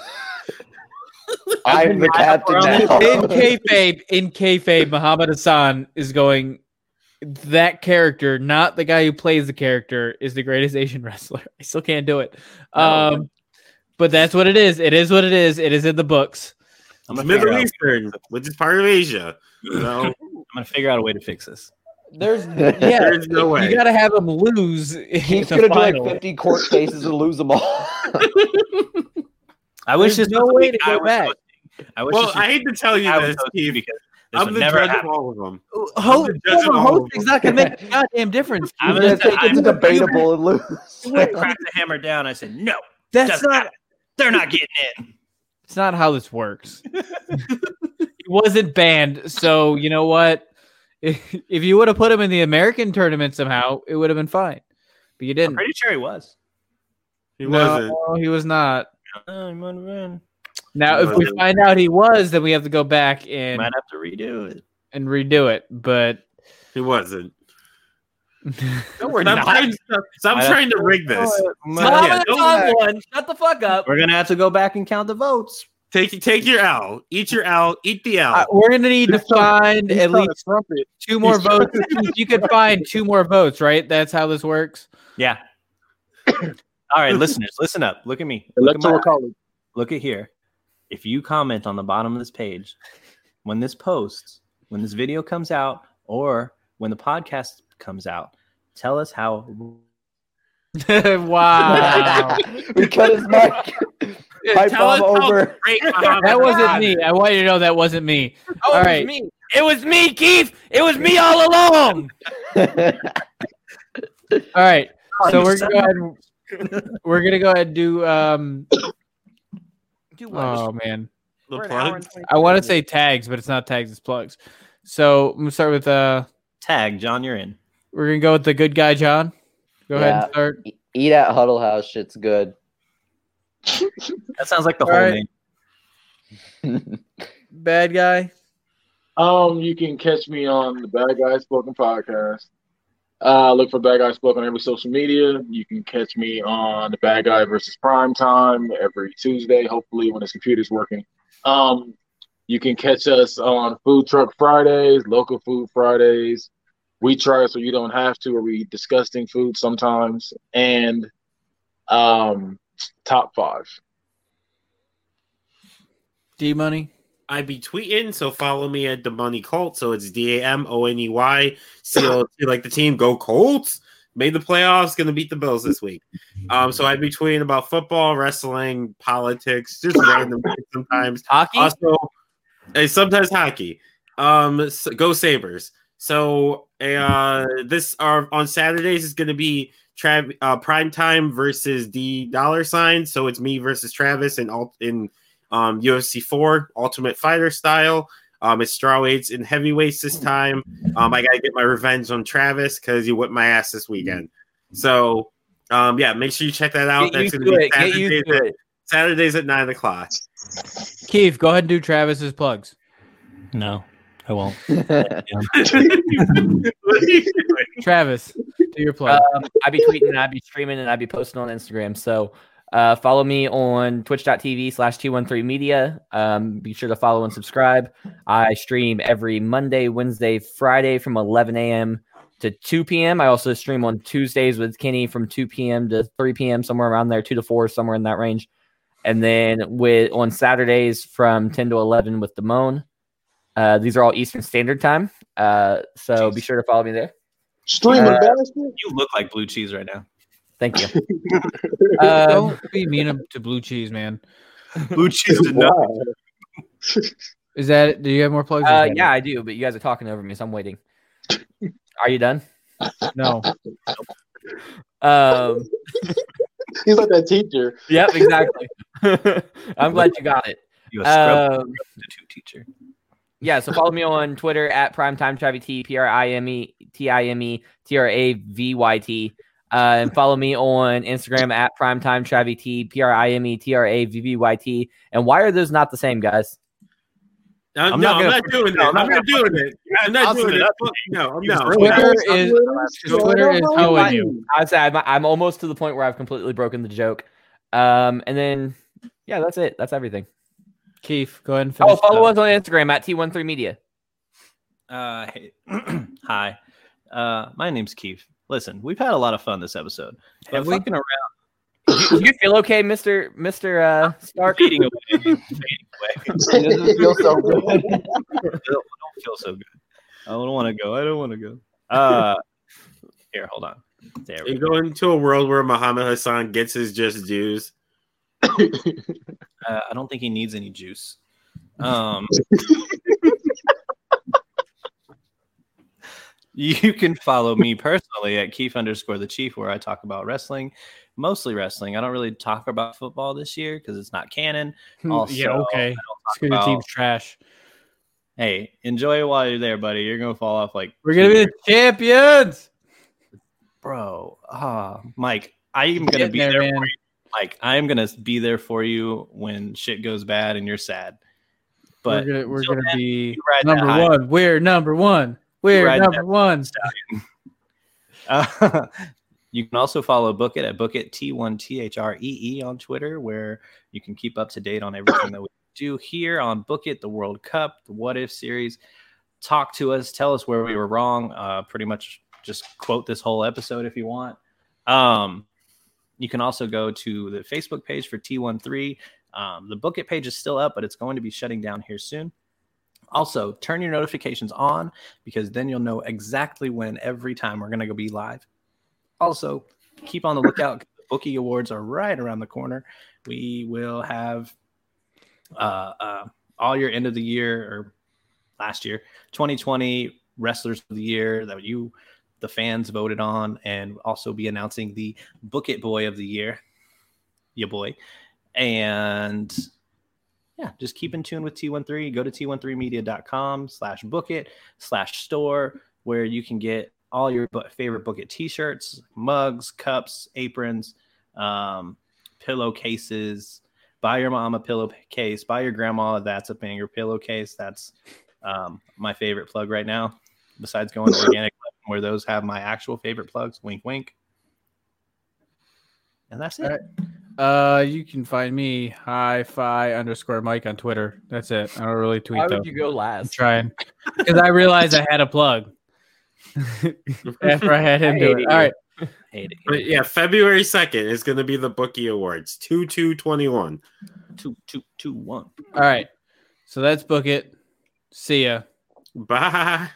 I'm the captain In now. kayfabe, in kayfabe, Muhammad Hassan is going. That character, not the guy who plays the character, is the greatest Asian wrestler. I still can't do it. Um, but that's what it is. It is what it is. It is in the books. I'm gonna, It's figure Middle out, Eastern, which is part of Asia. No, I'm gonna figure out a way to fix this. There's yeah, there's no way. You gotta have him lose. in He's the gonna do like final. 50 court cases and lose them all. I wish There's this no was the way week to go I was back. hosting. I wish well, this was I hate to tell you I was this, hosting Keith. because this I'm would the never judge happen. of all of them. Ho- I'm the judge former of all of hosting's not gonna make a goddamn difference. I'm He's gonna gonna say- think it's I'm- debatable and I lose. cracked the hammer down. I said, no, That's doesn't not. happen. They're not getting in. It's not how this works. it wasn't banned, so you know what? If if you would have put him in the American tournament somehow, it would have been fine. But you I'm didn't. pretty sure he was. He wasn't. no, he was not. Oh, he might have been. Now, He if we wasn't. find out he was, then we have to go back and Might have to redo it. and redo it. But He wasn't. no, Stop trying, stop, stop I- trying to rig this. Muhammad don't Hassan won. Shut the fuck up. We're gonna have to go back and count the votes. Take take your L. Eat your L. Eat the L. we're gonna need to He's trying- find He's at trying least to trump it. two more He's votes. you could find two more votes, right? That's how this works. Yeah. All right, listeners, listen up. Look at me. Look at, my Electoral eye. college. Look at here. If you comment on the bottom of this page, when this posts, when this video comes out, or when the podcast comes out, tell us how wow. we cut his mic. Pipe Tell us bomb how over. great That Muhammad wasn't Hassan me. I want you to know that wasn't me. Oh, All it right. was me. It was me, Keith. It was me all along. All right. Oh, So you we're son gonna go ahead and- we're gonna go ahead and do um Dude, what? oh man. The We're an hour plug. and 20 I want to say tags, but it's not tags, it's plugs. So I'm gonna start with uh tag John. You're in. we're gonna go with the good guy John. Go ahead Yeah. and start. Eat at Huddle House. Shit's good. That sounds like the All whole right. name. Bad guy. Um, you can catch me on the Bad Guys Spoken podcast. Uh, look for Bad Guys Spoken on every social media. You can catch me on the Bad Guy versus Prime Time every Tuesday, hopefully when his computer's working. Um, you can catch us on Food Truck Fridays, Local Food Fridays. We try so you don't have to, or we eat disgusting food sometimes, and um, top five. D money. I be tweeting, so follow me at the Money Colt. So it's D A M O N E Y C O T. Like the team, go Colts. Made the playoffs, gonna beat the Bills this week. Um, so I be tweeting about football, wrestling, politics, just random shit sometimes. Hockey. Also, and sometimes hockey. Um, s- go Sabers. So uh, this are on Saturdays is gonna be Trav uh, prime time versus the dollar sign. So it's me versus Travis in all in um, UFC four Ultimate Fighter style. Um, it's strawweights and heavyweights this time. Um, I gotta get my revenge on Travis because he whipped my ass this weekend. So um, yeah, make sure you check that out. Get used gonna to it. Get used to at, it. Saturdays at nine o'clock. Keith, go ahead and do Travis's plugs. No, I won't. What are you doing? Travis, do your plug. um, I be tweeting and I be streaming and I be posting on Instagram. So uh, follow me on twitch.tv slash 213 media. Um, be sure to follow and subscribe. I stream every Monday, Wednesday, Friday from 11 a.m. to 2 p.m. I also stream on Tuesdays with Kenny from 2 p.m. to 3 p.m., somewhere around there, 2 to 4, somewhere in that range. And then with on Saturdays from 10 to 11 with Damone. Uh, these are all Eastern Standard Time. Uh, so be sure to follow me there. Streaming Uh, bastard. You look like blue cheese right now. Thank you. Um, Don't be mean to blue cheese, man. Blue cheese did not. Wow. Is that? Do you have more plugs? or is Uh, that it? yeah, I do, but you guys are talking over me, so I'm waiting. Are you done? No. Um, He's like that teacher. yep, exactly. I'm glad you got it. You a Uh, scrub Um, substitute teacher. yeah, so follow me on Twitter at primetime Travi T P R I M E T I M E T R A V Y T. Uh, and follow me on Instagram at primetime Travi T P R I M E T R A V V Y T. And why are those not the same, guys? I'm, I'm no, not I'm gonna- not doing it. no, I'm I'm not not doing it. I'm not I'll doing sit it. up. Fuck No, I'm You not. ruined Twitter is Twitter is Twitter hoeing you. I would say I'm, I'm almost to the point where I've completely broken the joke. Um, and then yeah, that's it. That's everything. Keith, go ahead and finish. Oh, follow it us on Instagram at T13 Media. Uh, hey, hi, uh, my name's Keith. Listen, we've had a lot of fun this episode. But Have we? fucking around, Do you feel okay, Mister Mister uh, Stark? fading away, fading away. it feels so good. I don't feel so good. I don't want to go. I don't want to go. Uh, here, hold on. There we You're go. going to a world where Muhammad Hassan gets his just dues. Uh, I don't think he needs any juice. Um, you can follow me personally at Keith underscore the Chief, where I talk about wrestling, mostly wrestling. I don't really talk about football this year because it's not canon. Also, yeah, okay. It's 'cause your about- team's trash. Hey, enjoy it while you're there, buddy. You're gonna fall off like We're gonna be the champions. bro. Ah, Mike, I am gonna Getting be there. man. Mike, I am gonna be there for you when shit goes bad and you're sad. But we're gonna, we're until gonna then, be you ride that number high. one. We're number one. We're ride number that- one. Uh, you can also follow Book It at Book It T1THREE E on Twitter, where you can keep up to date on everything that we do here on Book It, the World Cup, the What If series. Talk to us, tell us where we were wrong. Uh, pretty much just quote this whole episode if you want. Um, you can also go to the Facebook page for T13. Um, the Book It page is still up, but it's going to be shutting down here soon. Also, turn your notifications on because then you'll know exactly when every time we're going to go be live. Also, keep on the lookout. 'cause The Bookie Awards are right around the corner. We will have uh, uh, all your end of the year or last year, 2020 wrestlers of the year that you, the fans, voted on, and also be announcing the Book It Boy of the Year, your boy. And yeah, just keep in tune with T13. Go to t13media.com slash book it slash store where you can get all your bu- favorite book it t-shirts mugs cups aprons um, pillowcases buy your mom a pillowcase buy your grandma that's a finger pillowcase that's um, my favorite plug right now besides going to organic where those have my actual favorite plugs wink wink and that's it All right. Uh, you can find me hi fi underscore Mike on Twitter. That's it. I don't really tweet Why though. would you go I'm last? trying because I realized I had a plug after I had him do it. All right, Hate it. But yeah, February 2nd is going to be the Bookie Awards 2221. two two two one all right. So that's book it. See ya. Bye.